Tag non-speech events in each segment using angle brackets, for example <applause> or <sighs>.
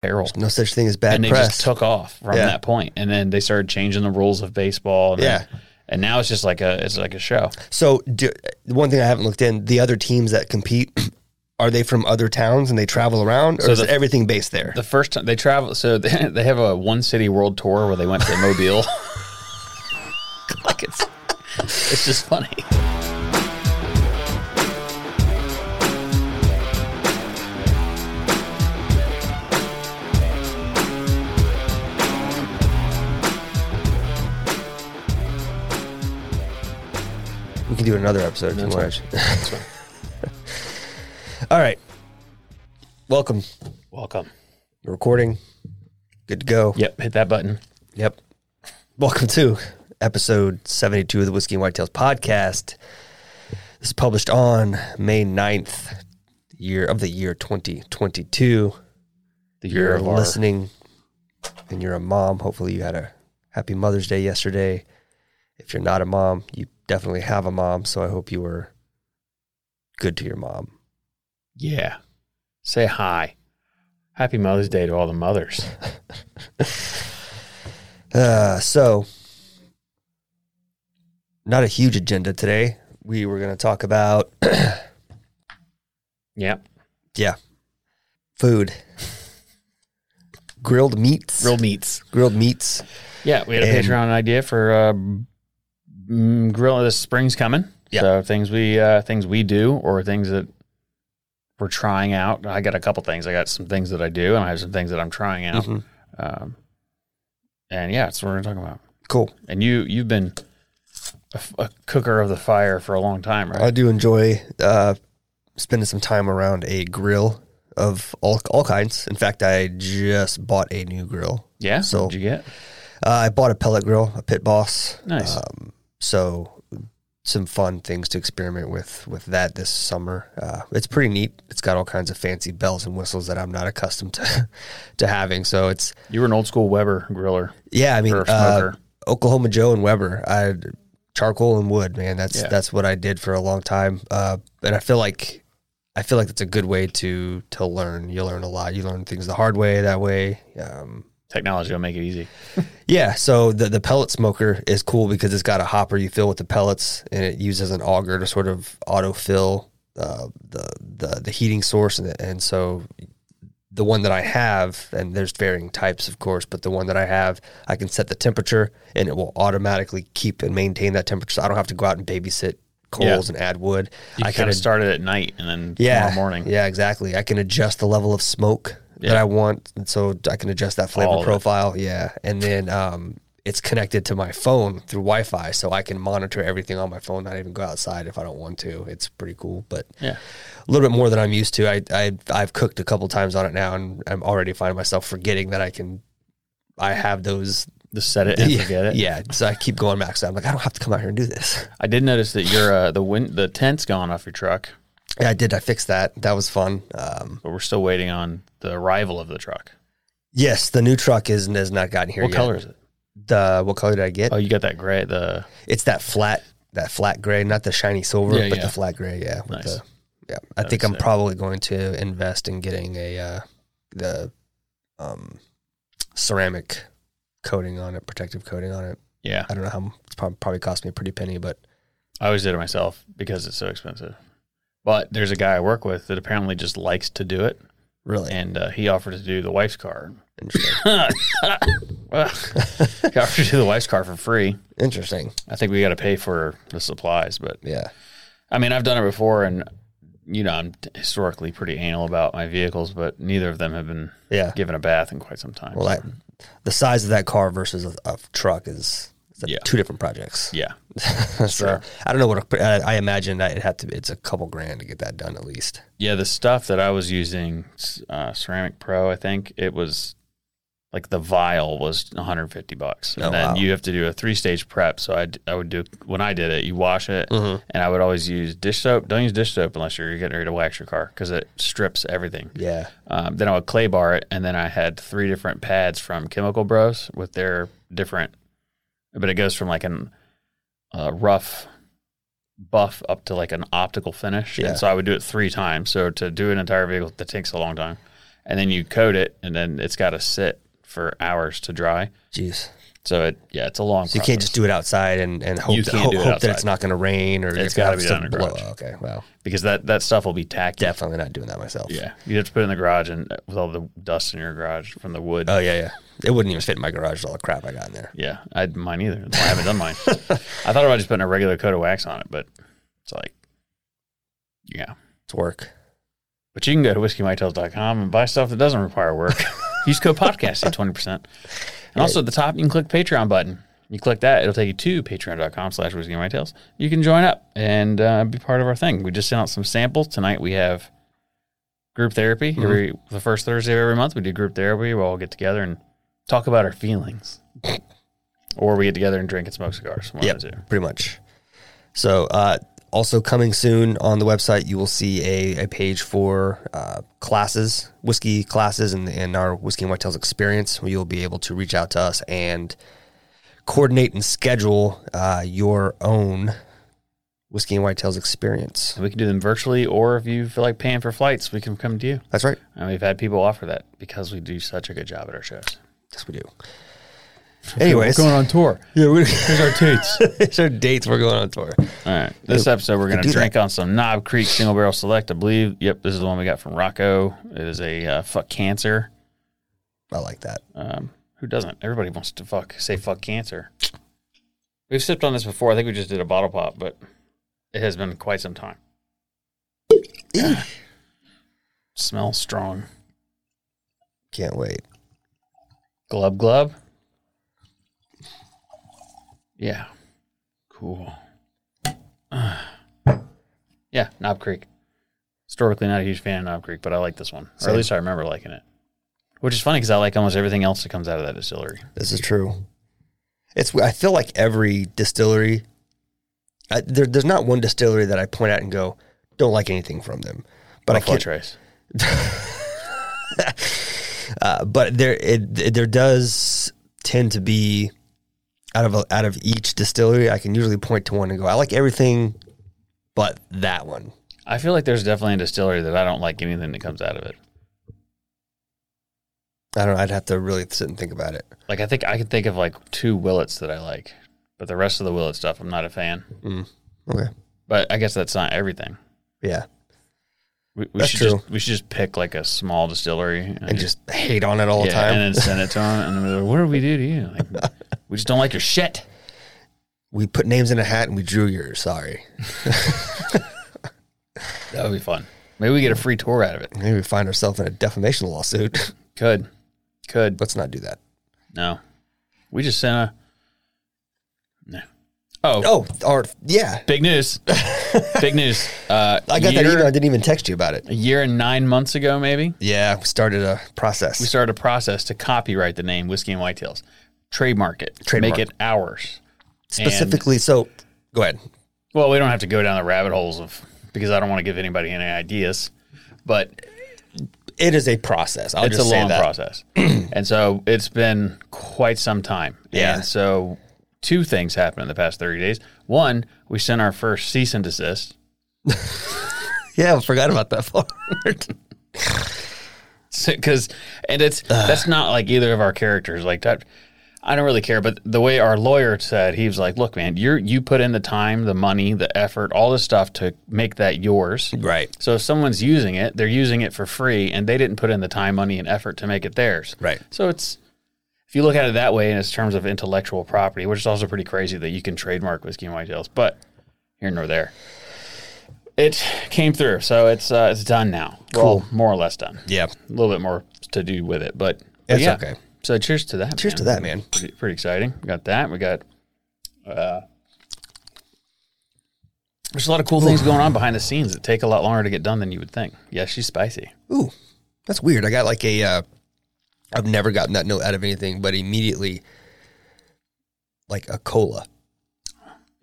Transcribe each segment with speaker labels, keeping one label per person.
Speaker 1: Peril.
Speaker 2: No such thing as bad
Speaker 1: and they
Speaker 2: press.
Speaker 1: just took off from
Speaker 2: Yeah.
Speaker 1: that point, and then they started changing the rules of baseball. And
Speaker 2: Yeah.
Speaker 1: and now it's just like a it's like a show.
Speaker 2: so do, one thing I haven't looked in the other teams that compete <clears throat> are they from other towns and they travel around, or
Speaker 1: So
Speaker 2: is
Speaker 1: the-
Speaker 2: everything based there?
Speaker 1: The first time they travel, so <laughs> they, they have a one city world tour where they went to
Speaker 2: <laughs>
Speaker 1: Mobile. like it's it's just funny.
Speaker 2: we can do another episode if you
Speaker 1: That's
Speaker 2: want. All right, welcome.
Speaker 1: Welcome.
Speaker 2: We're recording. Good to go.
Speaker 1: Yep, hit that button.
Speaker 2: Yep. Welcome to episode 72 of the Whiskey and Whitetails podcast. This is published on May 9th, year of the year 2022.
Speaker 1: The
Speaker 2: You're
Speaker 1: year of our
Speaker 2: listening and you're a mom. Hopefully, you had a happy Mother's Day yesterday. If you're not a mom, you definitely have a mom. So I hope you were good to your mom.
Speaker 1: yeah. Say hi. Happy Mother's Day to all the mothers.
Speaker 2: Uh, so, not a huge agenda today. We were going to talk about
Speaker 1: Yep.
Speaker 2: Yeah. Food. grilled meats.
Speaker 1: Grilled meats.
Speaker 2: grilled meats.
Speaker 1: Yeah, we had a
Speaker 2: And-
Speaker 1: Patreon idea for uh, mm, grill. This spring's coming,
Speaker 2: Yeah.
Speaker 1: so things we uh, things we do or things that we're trying out. I got a couple things. I got some things that I do, and I have some things that I'm trying out.
Speaker 2: Mhm.
Speaker 1: Um, and yeah, that's what we're talking about.
Speaker 2: Cool.
Speaker 1: And you you've been a, f- a cooker of the fire for a long time, right?
Speaker 2: I do enjoy uh, spending some time around a grill of all all kinds. In fact, I just bought a new grill.
Speaker 1: yeah.
Speaker 2: so-
Speaker 1: What'd you get?
Speaker 2: Uh, I bought a pellet grill, a Pit Boss.
Speaker 1: Nice.
Speaker 2: Um, so some fun things to experiment with with that this summer. Uh, it's pretty neat. It's got all kinds of fancy bells and whistles that I'm not accustomed to <laughs> to having. So it's
Speaker 1: You were an old school Weber griller.
Speaker 2: Yeah, I mean,
Speaker 1: or a
Speaker 2: uh,
Speaker 1: smoker.
Speaker 2: Oklahoma Joe and Weber. I charcoal and wood, man. That's
Speaker 1: Yeah.
Speaker 2: that's what I did for a long time, uh, and I feel like I feel like that's a good way to to learn. You learn a lot. You learn things the hard way that way. Um,
Speaker 1: Technology will make it easy.
Speaker 2: yeah, so the the pellet smoker is cool because it's got a hopper you fill with the pellets, and it uses an auger to sort of autofill uh, the the the heating source, and, and so the one that I have, and there's varying types, of course, but the one that I have, I can set the temperature, and it will automatically keep and maintain that temperature. So I don't have to go out and babysit coals and add wood.
Speaker 1: You
Speaker 2: I
Speaker 1: kind
Speaker 2: can
Speaker 1: of started at night and then
Speaker 2: yeah
Speaker 1: tomorrow morning.
Speaker 2: yeah exactly. I can adjust the level of smoke that
Speaker 1: Yeah.
Speaker 2: I want, and so I can adjust that flavor
Speaker 1: All of it.
Speaker 2: profile. Yeah, and then um, it's connected to my phone through Wi-Fi, so I can monitor everything on my phone, not even go outside if I don't want to. It's pretty cool, but
Speaker 1: Yeah.
Speaker 2: a little bit more than I'm used to. I, I I've cooked a couple times on it now, and I'm already finding myself forgetting that I can. I have those.
Speaker 1: Just set it and
Speaker 2: <laughs>
Speaker 1: <laughs>
Speaker 2: yeah,
Speaker 1: forget it.
Speaker 2: Yeah, so I keep going back. So I'm like, I don't have to come out here and do this.
Speaker 1: I did notice that your uh, the win- the tent's gone off your truck,
Speaker 2: Yeah, I did. I fixed that. That was fun. Um,
Speaker 1: but we're still waiting on the arrival of the truck.
Speaker 2: Yes, the new truck is has not gotten here
Speaker 1: what
Speaker 2: yet.
Speaker 1: color is it?
Speaker 2: The what color did I get?
Speaker 1: Oh, you got that gray. The
Speaker 2: It's that flat, that flat gray, not the shiny silver,
Speaker 1: Yeah,
Speaker 2: but
Speaker 1: yeah.
Speaker 2: the flat gray. Yeah, with
Speaker 1: Nice.
Speaker 2: the- yeah, I think
Speaker 1: was
Speaker 2: I'm
Speaker 1: sick.
Speaker 2: probably going to invest in getting a uh, the um, ceramic coating on it, protective coating on it.
Speaker 1: yeah,
Speaker 2: I don't know how it's prob- probably cost me a pretty penny, but
Speaker 1: I always did it myself because it's so expensive. But there's a guy I work with that apparently just likes to do it,
Speaker 2: really,
Speaker 1: and uh, he offered to do the wife's car.
Speaker 2: Interesting.
Speaker 1: <laughs> Well, <laughs> got to do the wife's car for free.
Speaker 2: Interesting.
Speaker 1: I think we got to pay for the supplies, but
Speaker 2: Yeah.
Speaker 1: I mean, I've done it before, and you know, I'm historically pretty anal about my vehicles, but neither of them have been
Speaker 2: Yeah.
Speaker 1: given a bath in quite some time.
Speaker 2: Well, that, the size of that car versus a, a truck is it's like
Speaker 1: Yeah.
Speaker 2: two different projects.
Speaker 1: yeah,
Speaker 2: <laughs> so I don't know what a, I, I imagine that it had to be. It's a couple grand to get that done at least.
Speaker 1: yeah. The stuff that I was using, uh, Ceramic Pro, I think it was like the vial was 150 bucks, and
Speaker 2: Oh,
Speaker 1: then
Speaker 2: wow.
Speaker 1: you have to do a three stage prep. So I, d- I would do when I did it, you wash it,
Speaker 2: Mm. Mm-hmm.
Speaker 1: and I would always use dish soap. Don't use dish soap unless you're getting ready to wax your car because it strips everything.
Speaker 2: Yeah.
Speaker 1: Um, then I would clay bar it, and then I had three different pads from Chemical Bros with their different, but it goes from like an uh, rough buff up to like an optical finish.
Speaker 2: Yeah.
Speaker 1: And so I would do it three times. So to do an entire vehicle, that takes a long time. And then you coat it, and then it's got to sit for hours to dry.
Speaker 2: Jeez.
Speaker 1: So it, yeah, it's a long.
Speaker 2: So you can't
Speaker 1: process.
Speaker 2: just do it outside and, and hope,
Speaker 1: You
Speaker 2: that,
Speaker 1: can't
Speaker 2: hope,
Speaker 1: do it
Speaker 2: hope that it's
Speaker 1: outside.
Speaker 2: not going to rain or you're
Speaker 1: It's gotta
Speaker 2: gonna have
Speaker 1: be done
Speaker 2: some
Speaker 1: in a garage.
Speaker 2: Okay. Wow.
Speaker 1: because that that stuff will be tacky.
Speaker 2: Definitely not doing that myself.
Speaker 1: Yeah, you have to put it in the garage, and uh, with all the dust in your garage from the wood.
Speaker 2: Oh yeah, yeah. It wouldn't even fit in my garage. with All the crap I got in there.
Speaker 1: Yeah, I mine either. That's why I haven't done mine. I thought about just putting a regular coat of wax on it, but it's like, yeah.
Speaker 2: It's work.
Speaker 1: But you can go to whiskeymytails.com and buy stuff that doesn't require work. Use code podcast at twenty percent. And also at the top, you can click Patreon button. You click that, it'll take you to patreon.com slash whiskeymytails. You can join up and uh, be part of our thing. We just sent out some samples. Tonight we have group therapy. Every the first Thursday of every month we do group therapy. We all get together and talk about our feelings. or we get together and drink and smoke cigars. One
Speaker 2: Yep,
Speaker 1: of the two.
Speaker 2: pretty much. So, uh, also coming soon on the website, you will see a, a page for uh, classes, whiskey classes, and, and our Whiskey and Whitetails experience. Where you'll be able to reach out to us and coordinate and schedule uh, your own Whiskey and Whitetails experience.
Speaker 1: We can do them virtually or if you feel like paying for flights, we can come to you.
Speaker 2: That's right.
Speaker 1: And we've had people offer that because we do such a good job at our shows.
Speaker 2: Yes, we do. Anyways,
Speaker 1: on tour.
Speaker 2: yeah, we're,
Speaker 1: Here's our
Speaker 2: <laughs>
Speaker 1: dates. All
Speaker 2: it's our dates. We're going on tour.
Speaker 1: right. This episode, we're going
Speaker 2: do
Speaker 1: to drink on some Knob Creek Single Barrel Select. I believe. Yep. This is the one we got from Rocco. It is a uh, fuck cancer.
Speaker 2: I like that.
Speaker 1: Um, who doesn't? Everybody wants to fuck say fuck cancer. We've sipped on this before. I think we just did a bottle pop, but it has been quite some time. Smells strong.
Speaker 2: Can't wait.
Speaker 1: Glub glub. Yeah. Cool. <sighs> Ah. yeah, Knob Creek. Historically not a huge fan of Knob Creek, but I like this one. Or
Speaker 2: Same.
Speaker 1: at least I remember liking it. Which is funny because I like almost everything else that comes out of that distillery.
Speaker 2: This is true. It's I feel like every distillery, I, there, there's not one distillery that I point out and go, don't like anything from them. But I
Speaker 1: Buffalo
Speaker 2: can't.
Speaker 1: Trace.
Speaker 2: Uh, but there it, it- there does tend to be out of a, out of each distillery, I can usually point to one and go, I like everything, but that one.
Speaker 1: I feel like there's definitely a distillery that I don't like anything that comes out of it.
Speaker 2: I don't. know. I'd have to really sit and think about it.
Speaker 1: Like I think I can think of like two Willets that I like, but the rest of the Willet stuff I'm not a fan.
Speaker 2: Mm, Okay.
Speaker 1: But I guess that's not everything.
Speaker 2: Yeah,
Speaker 1: We, we
Speaker 2: That's
Speaker 1: should
Speaker 2: true.
Speaker 1: just we should just pick like a small distillery and,
Speaker 2: and just hate on it all the
Speaker 1: yeah,
Speaker 2: time.
Speaker 1: and then send it to them. And they're like, "What did we do to you? Like, we just don't like your shit."
Speaker 2: we put names in a hat and we drew yours. Sorry.
Speaker 1: That would be fun. Maybe we get a free tour out of it.
Speaker 2: Maybe we find ourselves in a defamation lawsuit. <laughs>
Speaker 1: Could, could,
Speaker 2: Let's not do that.
Speaker 1: no. We just sent a. No. Oh,
Speaker 2: Oh, or yeah,
Speaker 1: big news! big
Speaker 2: <laughs>
Speaker 1: news! Uh,
Speaker 2: I got
Speaker 1: year,
Speaker 2: that email. I didn't even text you about it.
Speaker 1: A year and nine months ago, maybe
Speaker 2: Yeah, we started a process.
Speaker 1: we started a process to copyright the name Whiskey and Whitetails, trademark it,
Speaker 2: Trademark.
Speaker 1: make it ours.
Speaker 2: specifically. So, go ahead.
Speaker 1: Well, we don't have to go down the rabbit holes of because I don't want to give anybody any ideas, but
Speaker 2: It is a process. I'll
Speaker 1: it's a
Speaker 2: just say
Speaker 1: long
Speaker 2: that.
Speaker 1: process. <clears throat> and so it's been quite some time.
Speaker 2: Yeah.
Speaker 1: And so two things happened in the past 30 days. One, we sent our first cease and desist. <laughs>
Speaker 2: Yeah, I forgot about that part. <laughs>
Speaker 1: Because, and it's, that's not like either of our characters. Like that, I don't really care, but the way our lawyer said, he was like, "Look, man, you you put in the time, the money, the effort, all this stuff to make that yours.
Speaker 2: Right.
Speaker 1: So if someone's using it, they're using it for free, and they didn't put in the time, money, and effort to make it theirs.
Speaker 2: Right.
Speaker 1: So it's if you look at it that way, in its terms of intellectual property, which is also pretty crazy that you can trademark whiskey and whitetails, but here nor there, it came through. So it's uh, it's done now. Cool. Well, more or less done.
Speaker 2: Yeah.
Speaker 1: A little bit more to do with it, but, but
Speaker 2: It's
Speaker 1: yeah.
Speaker 2: okay.
Speaker 1: So cheers to that.
Speaker 2: Cheers
Speaker 1: man.
Speaker 2: to that, man.
Speaker 1: Pretty, pretty exciting. We got that. We got. Uh, there's a lot of cool things going on behind the scenes that take a lot longer to get done than you would think. Yeah, she's spicy.
Speaker 2: Ooh, that's weird. I got like a, uh, I've never gotten that note out of anything, but immediately, like a cola.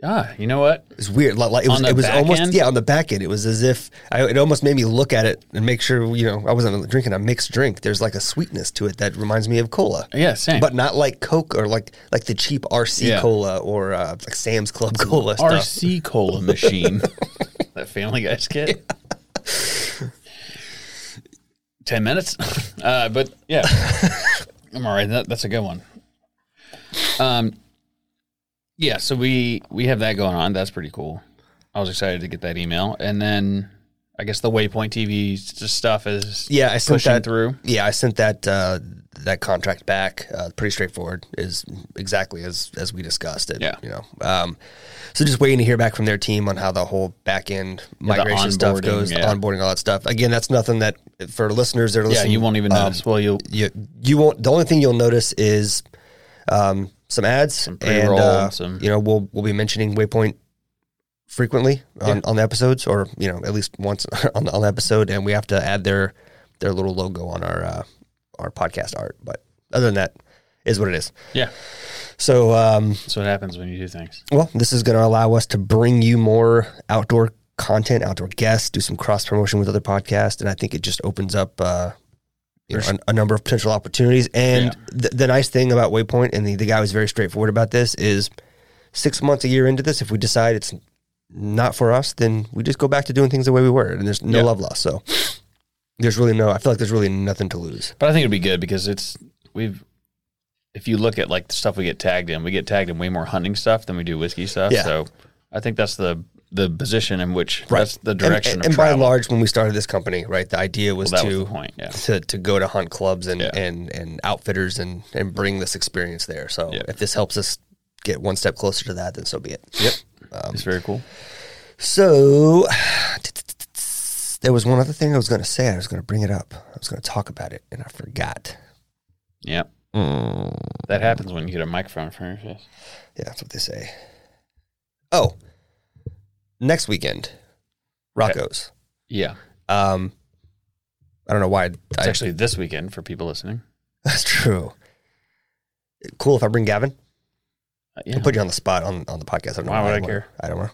Speaker 1: Ah, you know what?
Speaker 2: It's weird. Like, like it
Speaker 1: On
Speaker 2: was,
Speaker 1: the
Speaker 2: it was
Speaker 1: back
Speaker 2: almost
Speaker 1: end?
Speaker 2: yeah on the back end. It was as if I, it almost made me look at it and make sure you know I wasn't drinking a mixed drink. There's like a sweetness to it that reminds me of cola.
Speaker 1: Yeah, same.
Speaker 2: But not like Coke or like like the cheap RC
Speaker 1: Yeah.
Speaker 2: cola or uh, like Sam's Club cola stuff.
Speaker 1: RC cola machine <laughs> that Family Guy's kid. Ten minutes, <laughs> uh, but
Speaker 2: <laughs>
Speaker 1: yeah, I'm all right. That, that's a good one. Um, yeah. So we we have that going on. That's pretty cool. I was excited to get that email, and then I guess the Waypoint TV s- stuff is
Speaker 2: Yeah, I sent
Speaker 1: pushing
Speaker 2: that-
Speaker 1: through.
Speaker 2: Yeah, I sent that uh, that contract back. Uh, pretty straightforward. Is exactly as as we discussed it.
Speaker 1: Yeah.
Speaker 2: you know. Um, so just waiting to hear back from their team on how the whole back end
Speaker 1: the
Speaker 2: migration stuff
Speaker 1: onboarding,
Speaker 2: goes,
Speaker 1: yeah.
Speaker 2: onboarding all that stuff. Again, that's nothing that for listeners that are
Speaker 1: Yeah,
Speaker 2: listening.
Speaker 1: you won't even
Speaker 2: um,
Speaker 1: notice. Well, you'll
Speaker 2: you you won't. The only thing you'll notice is um, some ads and
Speaker 1: pre-roll,
Speaker 2: uh,
Speaker 1: some-
Speaker 2: you know we'll we'll be mentioning Waypoint frequently on, on the episodes, or you know at least once <laughs> on the, on the episode, and we have to add their their little logo on our uh, our podcast art. But other than that, is what it is.
Speaker 1: yeah.
Speaker 2: So um,
Speaker 1: That's what happens when you do things.
Speaker 2: well, this is going to allow us to bring you more outdoor content, outdoor guests, do some cross promotion with other podcasts, and I think it just opens up uh, you know, a, a number of potential opportunities. And th- the nice thing about Waypoint, and the, the guy was very straightforward about this, is six months, a year into this, if we decide it's not for us, then we just go back to doing things the way we were, and there's no
Speaker 1: Yeah.
Speaker 2: love lost. So there's really no. I feel like there's really nothing to lose.
Speaker 1: But I think it'd be good because it's we've. If you look at like the stuff we get tagged in, we get tagged in way more hunting stuff than we do whiskey stuff.
Speaker 2: Yeah.
Speaker 1: So I think that's the the position in which that's the
Speaker 2: And-
Speaker 1: direction
Speaker 2: And,
Speaker 1: of
Speaker 2: and by
Speaker 1: travel.
Speaker 2: and large, when we started this company, right, the idea was
Speaker 1: Well, that
Speaker 2: to
Speaker 1: was the point. Yeah.
Speaker 2: to, to go to hunt clubs and,
Speaker 1: Yeah.
Speaker 2: and, and outfitters and, and bring this experience there. So
Speaker 1: Yeah.
Speaker 2: if this helps us get one step closer to that, then so be it. Yep. um,
Speaker 1: it's very cool.
Speaker 2: So <sniffs> there was one other thing I was going to say. I was going to bring it up. I was going to talk about it, and I forgot.
Speaker 1: Yeah.
Speaker 2: Mm.
Speaker 1: That happens when you get a microphone in front of your face.
Speaker 2: Yeah, that's what they say. Oh, next weekend, Rocco's.
Speaker 1: Yeah.
Speaker 2: Um, I don't know why.
Speaker 1: It's
Speaker 2: I,
Speaker 1: actually this weekend for people listening.
Speaker 2: <laughs> that's true. Cool if I bring Gavin.
Speaker 1: Uh, yeah.
Speaker 2: I'll put you on the spot on, on the podcast. I don't know
Speaker 1: Why would I
Speaker 2: don't
Speaker 1: care?
Speaker 2: wanna- I don't know.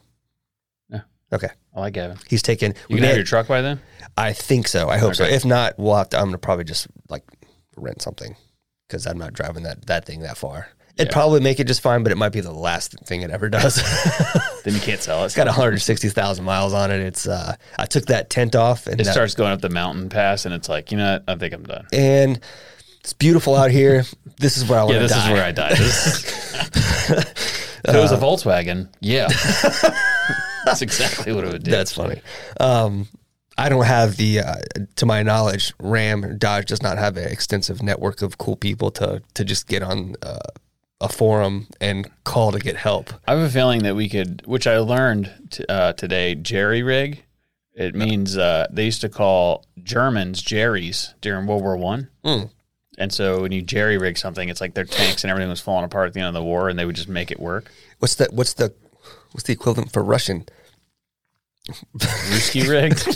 Speaker 1: Yeah.
Speaker 2: Okay.
Speaker 1: I like Gavin.
Speaker 2: He's taken.
Speaker 1: You
Speaker 2: we
Speaker 1: can have
Speaker 2: may-
Speaker 1: your truck by then?
Speaker 2: I think so. I hope so.
Speaker 1: Okay.
Speaker 2: If not, we'll have to. I'm gonna probably just like rent something because I'm not driving that that thing that far. It'd
Speaker 1: Yeah.
Speaker 2: probably make it just fine, but it might be the last thing it ever does. <laughs>
Speaker 1: Then you can't sell it.
Speaker 2: it's got 160,000 miles on it. It's. uh I took that tent off and
Speaker 1: it
Speaker 2: that-
Speaker 1: starts going up the mountain pass and it's like, you know what? I think I'm done.
Speaker 2: and it's beautiful out here. This is where I want
Speaker 1: Yeah,
Speaker 2: to
Speaker 1: this
Speaker 2: die. Uh,
Speaker 1: is where I
Speaker 2: <laughs>
Speaker 1: died. This is- if it was a Volkswagen,
Speaker 2: <laughs>
Speaker 1: yeah. That's exactly what it would do.
Speaker 2: That's funny. Um, I don't have the, uh, to my knowledge, Ram or Dodge does not have an extensive network of cool people to to just get on uh, a forum and call to get help.
Speaker 1: I have a feeling that we could, which I learned t- uh, today, jerry rig. It means uh, they used to call Germans jerrys during World War One.
Speaker 2: Mm.
Speaker 1: And so when you jerry rig something, it's like their tanks and everything was falling apart at the end of the war, and they would just make it work.
Speaker 2: What's the what's the what's the equivalent for Russian?
Speaker 1: Ruski
Speaker 2: <laughs>
Speaker 1: rigged.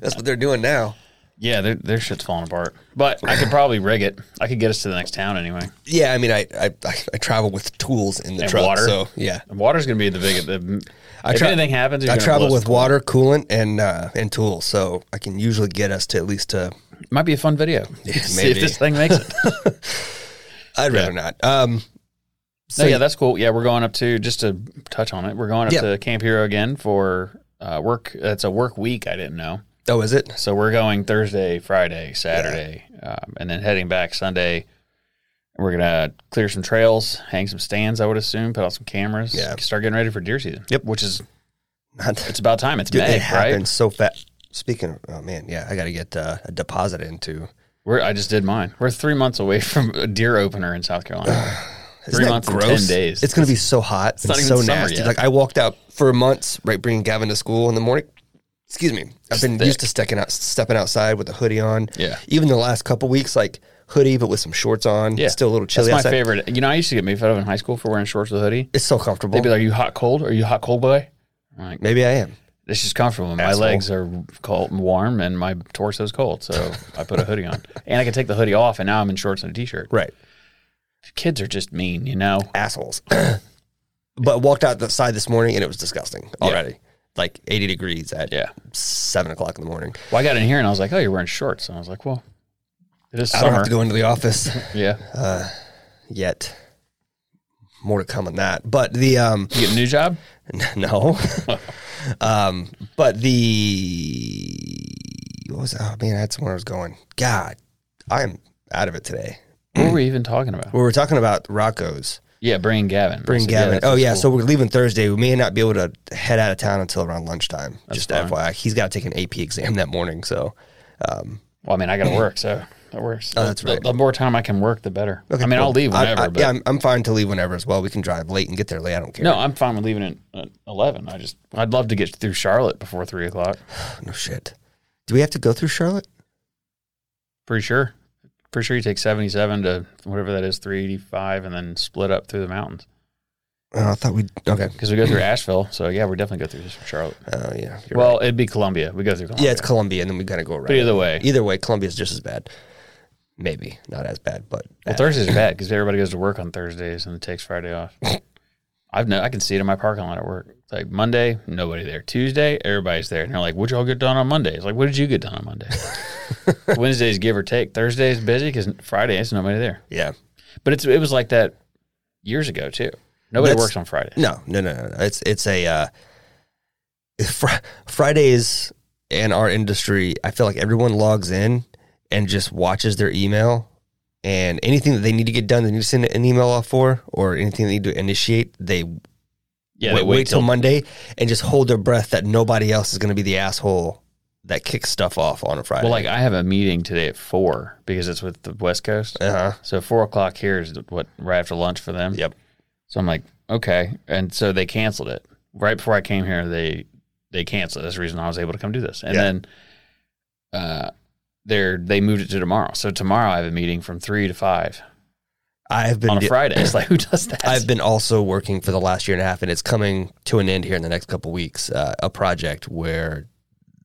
Speaker 2: That's what they're doing now.
Speaker 1: yeah, their their shit's falling apart. But I could probably rig it. I could get us to the next town anyway.
Speaker 2: Yeah, I mean, I I, I- I travel with tools in the
Speaker 1: And
Speaker 2: truck,
Speaker 1: water.
Speaker 2: so yeah,
Speaker 1: And water's gonna be the big. The,
Speaker 2: I
Speaker 1: if
Speaker 2: tra-
Speaker 1: anything happens, you're
Speaker 2: I
Speaker 1: gonna
Speaker 2: travel
Speaker 1: blow
Speaker 2: with
Speaker 1: some-
Speaker 2: water, coolant, and uh, and tools, so I can usually get us to at least uh, to.
Speaker 1: Might be a fun
Speaker 2: <laughs>
Speaker 1: video. See if
Speaker 2: maybe.
Speaker 1: this thing makes
Speaker 2: <laughs>
Speaker 1: it.
Speaker 2: I'd rather not. Um,
Speaker 1: no, yeah, that's cool. Yeah, we're going up to just to touch on it. We're going up
Speaker 2: Yeah.
Speaker 1: to Camp Hero again for uh, work. It's a work week. I didn't know.
Speaker 2: oh, is it?
Speaker 1: So we're going Thursday, Friday, Saturday, um, and then heading back Sunday We're gonna clear some trails, hang some stands, I would assume, put out some cameras.
Speaker 2: Yeah.
Speaker 1: Start getting ready for deer season.
Speaker 2: Yep.
Speaker 1: Which is
Speaker 2: Not that-
Speaker 1: it's about time. It's
Speaker 2: Dude,
Speaker 1: May,
Speaker 2: it happened
Speaker 1: right?
Speaker 2: so fast. Speaking of, oh man, yeah, I got to get uh, a deposit into.
Speaker 1: We're, I just did mine. We're three months away from a deer opener in South
Speaker 2: <sighs>
Speaker 1: Carolina. Three months and 10 days.
Speaker 2: It's going to be so hot. It's
Speaker 1: not even
Speaker 2: so
Speaker 1: summer
Speaker 2: nasty.
Speaker 1: yet.
Speaker 2: Like I walked out for months, right, bringing Gavin to school in the morning. Excuse me. I've been used to stepping out, stepping outside with a hoodie on.
Speaker 1: Yeah.
Speaker 2: Even the last couple weeks, like hoodie, but with some shorts on.
Speaker 1: yeah.
Speaker 2: It's still a little chilly
Speaker 1: That's my
Speaker 2: outside.
Speaker 1: favorite. You know, I used to get made fun of in high school for wearing shorts with a hoodie.
Speaker 2: It's so comfortable.
Speaker 1: They'd be like, "Are you hot cold? Are you hot cold boy?" I'm like,
Speaker 2: Maybe I am.
Speaker 1: This is comfortable. My
Speaker 2: Asshole.
Speaker 1: legs are cold, warm, and my torso's cold, so I put a hoodie on, and I can take the hoodie off, and now I'm in shorts and a t-shirt.
Speaker 2: Right.
Speaker 1: Kids are just mean, you know.
Speaker 2: Assholes. <clears throat> but walked out the side this morning and it was disgusting
Speaker 1: Yeah.
Speaker 2: already. Like 80 degrees at
Speaker 1: Yeah.
Speaker 2: seven o'clock in the morning.
Speaker 1: Well, I got in here and I was like, "Oh, you're wearing shorts," and I was like, "Well, it is
Speaker 2: I don't
Speaker 1: summer."
Speaker 2: have to go into the office
Speaker 1: yeah.
Speaker 2: yet. More to come on that. But the um <laughs>
Speaker 1: You get a new job? <laughs>
Speaker 2: no. um but the what was oh man, that's where I was going. God, I'm out of it today.
Speaker 1: What were we even talking about?
Speaker 2: We were talking about Rocco's.
Speaker 1: Yeah, bring Gavin. I
Speaker 2: Bring
Speaker 1: said, yeah,
Speaker 2: Gavin.
Speaker 1: that's
Speaker 2: oh
Speaker 1: what's
Speaker 2: yeah,
Speaker 1: cool.
Speaker 2: so we're leaving Thursday. We may not be able to head out of town until around lunchtime. just
Speaker 1: fine.
Speaker 2: FYI, he's got to take an AP exam that morning. So
Speaker 1: well, I mean, I got to work, so that works.
Speaker 2: Oh, that's
Speaker 1: The-
Speaker 2: right.
Speaker 1: The, more time I can work, the better. I mean, I'll
Speaker 2: cool.
Speaker 1: leave
Speaker 2: I-
Speaker 1: whenever.
Speaker 2: I-
Speaker 1: but
Speaker 2: yeah, I'm, I'm fine to leave whenever as well. We can drive late and get there late. I don't care.
Speaker 1: no, I'm fine with leaving at uh, eleven. I just, I'd love to get through Charlotte before three o'clock.
Speaker 2: no shit. Do we have to go through Charlotte?
Speaker 1: Pretty sure. Pretty sure you take 77 to whatever that is, 385, and then split up through the mountains.
Speaker 2: Oh, I thought we okay.
Speaker 1: Because we go through Asheville. So, yeah, we definitely go through this from Charlotte.
Speaker 2: Oh yeah. you're
Speaker 1: well,
Speaker 2: right.
Speaker 1: it'd be Columbia. We go through Columbia.
Speaker 2: yeah, it's Columbia, and then we gotta go right.
Speaker 1: But either way.
Speaker 2: either way, Columbia's just as bad. Maybe not as bad, but
Speaker 1: Well, Thursdays are bad because everybody goes to work on Thursdays and takes Friday
Speaker 2: <laughs>
Speaker 1: off. I've no, I can see it in my parking lot at work. It's like Monday, nobody there. Tuesday, everybody's there. And they're like, what y'all get done on Monday? It's like, what did you get done on
Speaker 2: <laughs>
Speaker 1: Monday? Wednesday's give or take. Thursday's busy because Friday is nobody there.
Speaker 2: yeah.
Speaker 1: But it's it was like that years ago, too. Nobody
Speaker 2: That's-
Speaker 1: works on Friday.
Speaker 2: No, no, no, no. no. It's it's a uh, fr- Fridays in our industry. I feel like everyone logs in and just watches their email and anything that they need to get done, they need to send an email off for, or anything they need to initiate, they
Speaker 1: Yeah,
Speaker 2: wait,
Speaker 1: they
Speaker 2: wait, till Monday and just hold their breath that nobody else is going to be the asshole that kicks stuff off on a Friday.
Speaker 1: Well, like I have a meeting today at four because it's with the West Coast.
Speaker 2: uh huh.
Speaker 1: So four o'clock here is what right after lunch for them.
Speaker 2: Yep.
Speaker 1: So I'm like, okay, and so they canceled it right before I came here. They they canceled. it. That's the reason I was able to come do this. And
Speaker 2: Yeah.
Speaker 1: then, uh, they they moved it to tomorrow. So tomorrow I have a meeting from three to five
Speaker 2: I've been
Speaker 1: on a
Speaker 2: de-
Speaker 1: Friday. It's like who does that?
Speaker 2: I've been also working for the last year and a half, and it's coming to an end here in the next couple weeks. Uh, a project where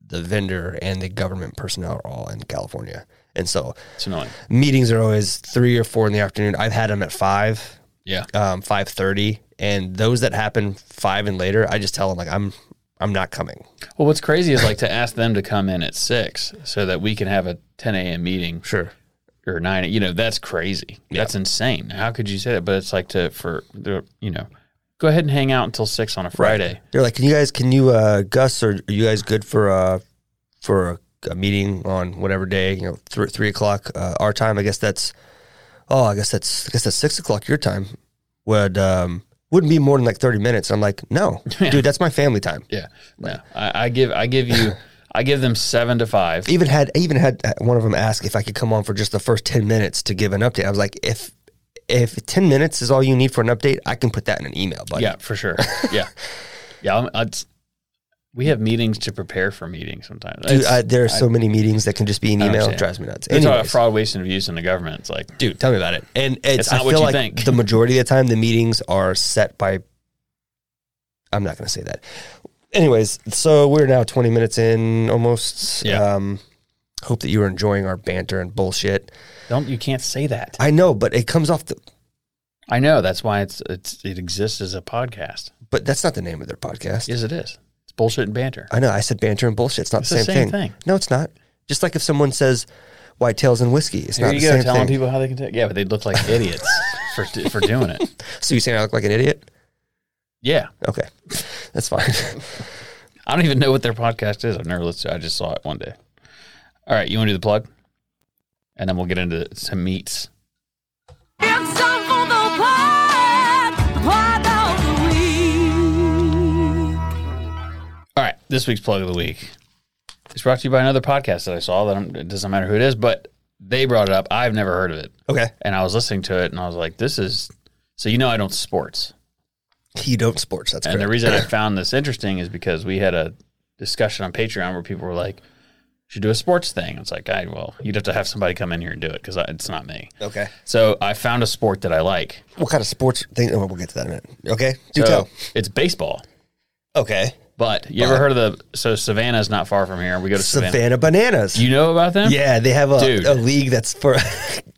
Speaker 2: the vendor and the government personnel are all in California, and so
Speaker 1: it's annoying.
Speaker 2: meetings are always three or four in the afternoon. I've had them at five,
Speaker 1: Yeah.
Speaker 2: um, five thirty, and those that happen five and later, I just tell them like I'm I'm not coming.
Speaker 1: Well, what's crazy is like to ask them to come in at six so that we can have a ten a.m. meeting
Speaker 2: Sure,
Speaker 1: or nine. You know, that's crazy. That's insane. How could you say that? But it's like to for the you know, go ahead and hang out until six on a Friday.
Speaker 2: They're like, can you guys? Can you, uh, Gus? Are, are you guys good for uh, for a, a meeting on whatever day? You know, three three o'clock uh, our time. I guess that's. Oh, I guess that's I guess that's six o'clock your time. Would um wouldn't be more than like thirty minutes. I'm like,
Speaker 1: <laughs>
Speaker 2: no, dude, that's my family time.
Speaker 1: Yeah, no, I, I give I give
Speaker 2: <laughs>
Speaker 1: you I give them seven to five.
Speaker 2: Even had even had uh, one of them ask if I could come on for just the first ten minutes to give an update. I was like, if if ten minutes is all you need for an update, I can put that in an email. But
Speaker 1: Yeah, for
Speaker 2: <laughs>
Speaker 1: sure. Yeah, yeah. I'm, I'd, we have meetings to prepare for meetings sometimes.
Speaker 2: dude,
Speaker 1: It's-
Speaker 2: I, there are so many meetings that can just be an
Speaker 1: I
Speaker 2: email. It
Speaker 1: understand.
Speaker 2: drives me nuts.
Speaker 1: they talk about
Speaker 2: Anyways.
Speaker 1: fraud, waste, and abuse in the government. It's like,
Speaker 2: dude tell me about it and it's,
Speaker 1: It's not
Speaker 2: i
Speaker 1: what
Speaker 2: feel
Speaker 1: you
Speaker 2: like
Speaker 1: think.
Speaker 2: the majority of the time the meetings are set by i'm not going to say that anyways so we're now 20 minutes in almost
Speaker 1: Yeah.
Speaker 2: um hope that you're enjoying our banter and bullshit
Speaker 1: don't you can't say that.
Speaker 2: i know but it comes off the
Speaker 1: I know that's why it's it's it exists as a podcast.
Speaker 2: but that's not the name of their podcast
Speaker 1: Yes, it is. It's bullshit and banter.
Speaker 2: i know i said banter and bullshit it's not
Speaker 1: It's
Speaker 2: the same, thing. no it's not just like if someone says white tails and whiskey it's
Speaker 1: Here
Speaker 2: not
Speaker 1: you
Speaker 2: the
Speaker 1: go
Speaker 2: same
Speaker 1: telling
Speaker 2: thing
Speaker 1: people how they can take. Yeah, but they look like
Speaker 2: <laughs>
Speaker 1: idiots for for doing it.
Speaker 2: so you saying i look like an idiot
Speaker 1: Yeah,
Speaker 2: okay <laughs> that's fine <laughs>
Speaker 1: I don't even know what their podcast is. I've never listened. to it. I just saw it one day. All right, you want to do the plug, and then we'll get into some meats.
Speaker 3: It's time for the pod, the pod of the week.
Speaker 1: All right, this week's plug of the week is brought to you by another podcast that I saw. That I'm, it doesn't matter who it is, but they brought it up. I've never heard of it,
Speaker 2: Okay.
Speaker 1: and I was listening to it, and I was like, "This is." So you know, I don't sports,
Speaker 2: You don't sports. That's
Speaker 1: and the
Speaker 2: correct.
Speaker 1: reason I found this interesting is because we had a discussion on Patreon where people were like, "Should do a sports thing." It's like, I well, you'd have to have somebody come in here and do it because it's not me.
Speaker 2: okay.
Speaker 1: So I found a sport that I like.
Speaker 2: What kind of sports thing? Oh, we'll get to that in a minute. Okay. Do
Speaker 1: so
Speaker 2: tell.
Speaker 1: It's baseball.
Speaker 2: Okay.
Speaker 1: But you ever
Speaker 2: But-
Speaker 1: heard of the? So Savannah's not far from here. We go to
Speaker 2: Savannah,
Speaker 1: Savannah.
Speaker 2: Bananas.
Speaker 1: You know about them?
Speaker 2: yeah, they have
Speaker 1: Dude.
Speaker 2: a, a league that's for. <laughs>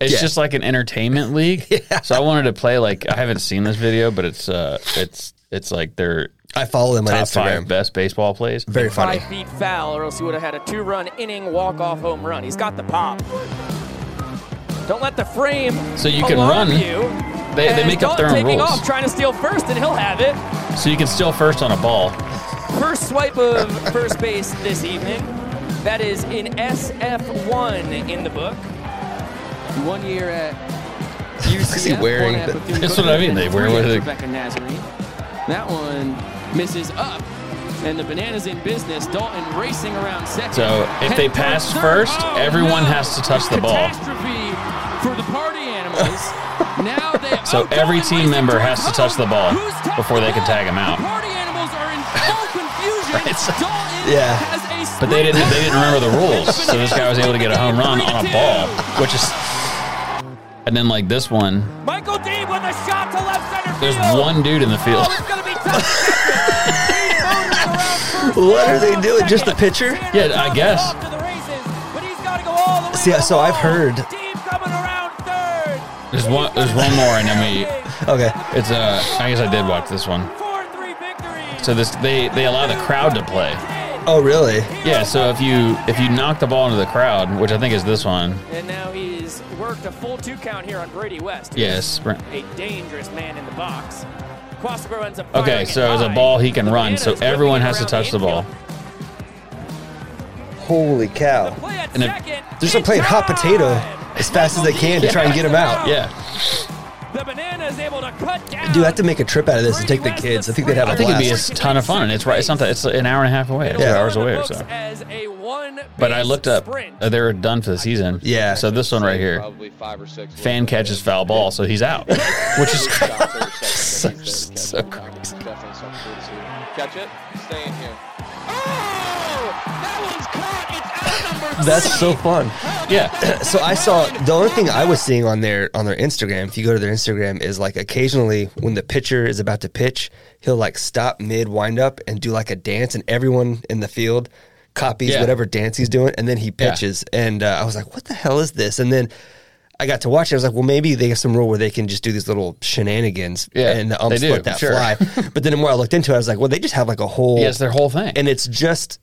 Speaker 1: It's
Speaker 2: Yeah.
Speaker 1: just like an entertainment
Speaker 2: <laughs>
Speaker 1: league. So I wanted to play like I haven't seen this video, but it's uh it's it's like their
Speaker 2: I follow them on
Speaker 1: top
Speaker 2: Instagram.
Speaker 1: five best baseball plays.
Speaker 2: Very funny.
Speaker 4: five feet foul, or else he would have had a two run inning walk off home run. He's got the pop. Don't let the frame.
Speaker 1: So you can
Speaker 4: alarm
Speaker 1: run.
Speaker 4: You.
Speaker 1: They- they
Speaker 4: And
Speaker 1: make up
Speaker 4: Dalton
Speaker 1: their own
Speaker 4: taking
Speaker 1: rules.
Speaker 4: off, trying to steal first, and he'll have it.
Speaker 1: So you can steal first on a ball.
Speaker 4: First swipe of
Speaker 1: <laughs>
Speaker 4: first base this evening. That is in SF1 in the book. One year at UCF.
Speaker 2: he wearing?
Speaker 4: one at Bethune
Speaker 1: That's what I mean, they
Speaker 4: Cookman,
Speaker 1: wear
Speaker 4: three
Speaker 1: what
Speaker 4: at
Speaker 1: they-
Speaker 4: Rebecca Nazarene. That one misses up, and the bananas in business. Dalton racing around second.
Speaker 1: So if they
Speaker 4: Head for
Speaker 1: pass
Speaker 4: third.
Speaker 1: first, everyone has to touch
Speaker 4: It's
Speaker 1: the ball.
Speaker 4: Catastrophe for the party animals.
Speaker 1: <laughs>
Speaker 4: now they,
Speaker 1: So
Speaker 4: oh,
Speaker 1: every
Speaker 4: Dalton
Speaker 1: team
Speaker 4: racing
Speaker 1: member has
Speaker 4: towards
Speaker 1: to
Speaker 4: home.
Speaker 1: touch the ball
Speaker 4: Who's tapped
Speaker 1: before they can
Speaker 4: ball?
Speaker 1: tag 'em out.
Speaker 4: The party animals are
Speaker 1: <laughs>
Speaker 4: in full confusion.
Speaker 1: It's-
Speaker 4: Dalton
Speaker 2: Yeah.
Speaker 4: has a
Speaker 1: But they didn't they didn't remember the rules. So this guy was able to get a home run on a ball, which is and then like this one,
Speaker 4: Michael Dean with a shot to left center
Speaker 1: there's
Speaker 4: field.
Speaker 1: one dude in the field. <laughs>
Speaker 4: Oh, it's gonna be tough.
Speaker 2: <laughs> What are they doing? Just the pitcher?
Speaker 1: Yeah, I guess.
Speaker 4: Off to the races, but he's gotta go all the way
Speaker 2: See,
Speaker 4: to the
Speaker 2: so I've
Speaker 4: wall.
Speaker 2: heard-
Speaker 4: Dean coming around third.
Speaker 1: There's one there's one more and
Speaker 4: <laughs>
Speaker 1: then
Speaker 2: Okay.
Speaker 1: we it's uh I guess I did watch this one.
Speaker 4: Four three victory.
Speaker 1: So this they they allow the crowd to play.
Speaker 2: Oh, really?
Speaker 1: Yeah, so if you if you knock the ball into the crowd, which I think is this one,
Speaker 4: And now he's worked a full two count here on Brady West. who's
Speaker 1: yes. sprint.
Speaker 4: A dangerous man in the box. Quastico ends up.
Speaker 1: Okay,
Speaker 4: firing
Speaker 1: so
Speaker 4: it
Speaker 1: it's a
Speaker 4: high.
Speaker 1: ball he can
Speaker 4: The
Speaker 1: run,
Speaker 4: Bananas
Speaker 1: so
Speaker 4: whipping
Speaker 1: everyone
Speaker 4: it
Speaker 1: has to
Speaker 4: around
Speaker 1: touch the ball.
Speaker 4: infield.
Speaker 2: Holy cow.
Speaker 4: Play at
Speaker 1: And if-
Speaker 4: second.
Speaker 2: They're just playing hot
Speaker 4: Inside.
Speaker 2: potato as fast as they can to try and get them out.
Speaker 1: Yeah,
Speaker 4: The banana is able to cut down.
Speaker 2: Dude, I have to make a trip out of this and take the kids. I think they'd have a
Speaker 1: I think it'd be a
Speaker 2: blast.
Speaker 1: s- ton of fun, and it's right. It's not that it's an hour and a half away, two
Speaker 2: Yeah.
Speaker 1: hours away or so.
Speaker 4: As a one
Speaker 1: But I looked up; uh, they were done for the season.
Speaker 2: Yeah.
Speaker 1: So this one right here,
Speaker 5: Probably five or six. <laughs>
Speaker 1: fan catches foul ball, so he's out, which is cr- so, <laughs> so crazy.
Speaker 5: Definitely something cool to see. Catch it. Stay in here.
Speaker 2: That's so fun. <laughs>
Speaker 1: Yeah,
Speaker 2: <coughs> So I saw the only thing I was seeing on their on their Instagram. If you go to their Instagram, is like occasionally when the pitcher is about to pitch, he'll like stop mid wind up and do like a dance, and everyone in the field copies
Speaker 1: Yeah.
Speaker 2: whatever dance he's doing, and then he
Speaker 1: Yeah.
Speaker 2: pitches. And uh, I was like, "What the hell is this?" And then I got to watch it. I was like, "Well, maybe they have some rule where they can just do these little shenanigans."
Speaker 1: Yeah,
Speaker 2: and the umps
Speaker 1: they do,
Speaker 2: let that
Speaker 1: sure. <laughs>
Speaker 2: fly. but then the more I looked into it, I was like, "Well, they just have like a whole
Speaker 1: yeah, it's their whole thing.
Speaker 2: and it's just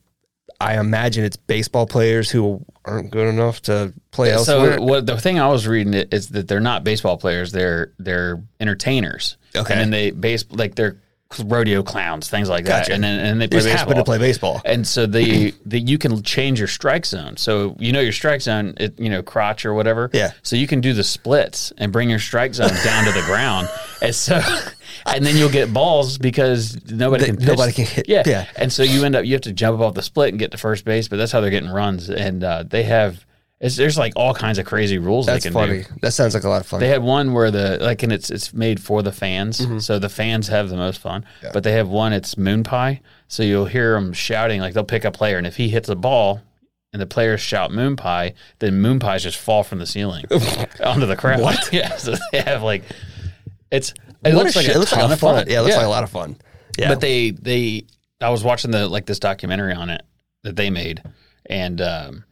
Speaker 2: I imagine it's baseball players who aren't good enough to play elsewhere.
Speaker 1: So what the thing I was reading i- is that they're not baseball players; they're they're entertainers.
Speaker 2: Okay.
Speaker 1: and then they base like they're rodeo clowns, things like
Speaker 2: Gotcha.
Speaker 1: that. And then and they
Speaker 2: They
Speaker 1: play
Speaker 2: just
Speaker 1: baseball.
Speaker 2: happen to play baseball.
Speaker 1: And so
Speaker 2: <clears throat>
Speaker 1: the the you can change your strike zone. So you know your strike zone, it, you know crotch or whatever.
Speaker 2: Yeah.
Speaker 1: So you can do the splits and bring your strike zone down to the ground, and so <laughs> and then you'll get balls because nobody
Speaker 2: That
Speaker 1: can pitch.
Speaker 2: nobody can hit.
Speaker 1: Yeah.
Speaker 2: Yeah.
Speaker 1: And so you end up you have to jump up off the split and get to first base, but that's how they're getting runs. And uh, they have it's, there's like all kinds of crazy rules
Speaker 2: That's
Speaker 1: they can
Speaker 2: funny.
Speaker 1: do.
Speaker 2: That sounds like a lot of fun.
Speaker 1: They had one where the like and it's it's made for the fans,
Speaker 2: Mm-hmm.
Speaker 1: so the fans have the most fun. But they have one it's moon pie, so you'll hear them shouting like they'll pick a player, and if he hits a ball. And the players shout moon pie, then moon pies just fall from the ceiling
Speaker 2: <laughs>
Speaker 1: onto the crowd. What? <laughs> Yeah, so they have like it's it
Speaker 2: What
Speaker 1: looks
Speaker 2: a
Speaker 1: like
Speaker 2: shit.
Speaker 1: a
Speaker 2: it looks
Speaker 1: ton
Speaker 2: like
Speaker 1: of fun.
Speaker 2: Yeah, it looks like a lot of fun. Yeah,
Speaker 1: But they they I was watching the like this documentary on it that they made, and um,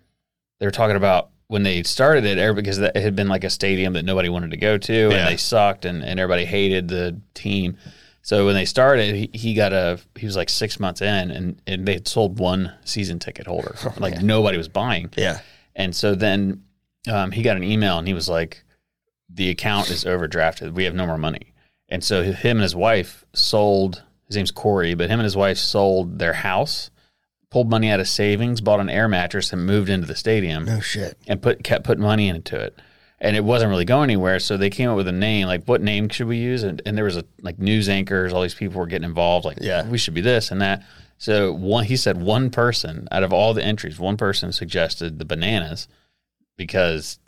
Speaker 1: they were talking about when they started it, everybody because it had been like a stadium that nobody wanted to go to,
Speaker 2: Yeah.
Speaker 1: and they sucked, and, and everybody hated the team. So when they started, he, he got a he was like six months in, and and they had sold one season ticket
Speaker 2: <laughs>
Speaker 1: holder,
Speaker 2: Oh,
Speaker 1: like nobody was buying.
Speaker 2: yeah.
Speaker 1: And so then um, he got an email and he was like, the account is overdrafted. We have no more money. And so him and his wife sold, his name's Corey, but him and his wife sold their house, pulled money out of savings, bought an air mattress, and moved into the stadium
Speaker 2: No shit.
Speaker 1: and put kept putting money into it. and it wasn't really going anywhere. So they came up with a name, like what name should we use? And, and there was a like news anchors, all these people were getting involved, like
Speaker 2: Yeah.
Speaker 1: we should be this and that. So one, he said one person out of all the entries, one person suggested the bananas because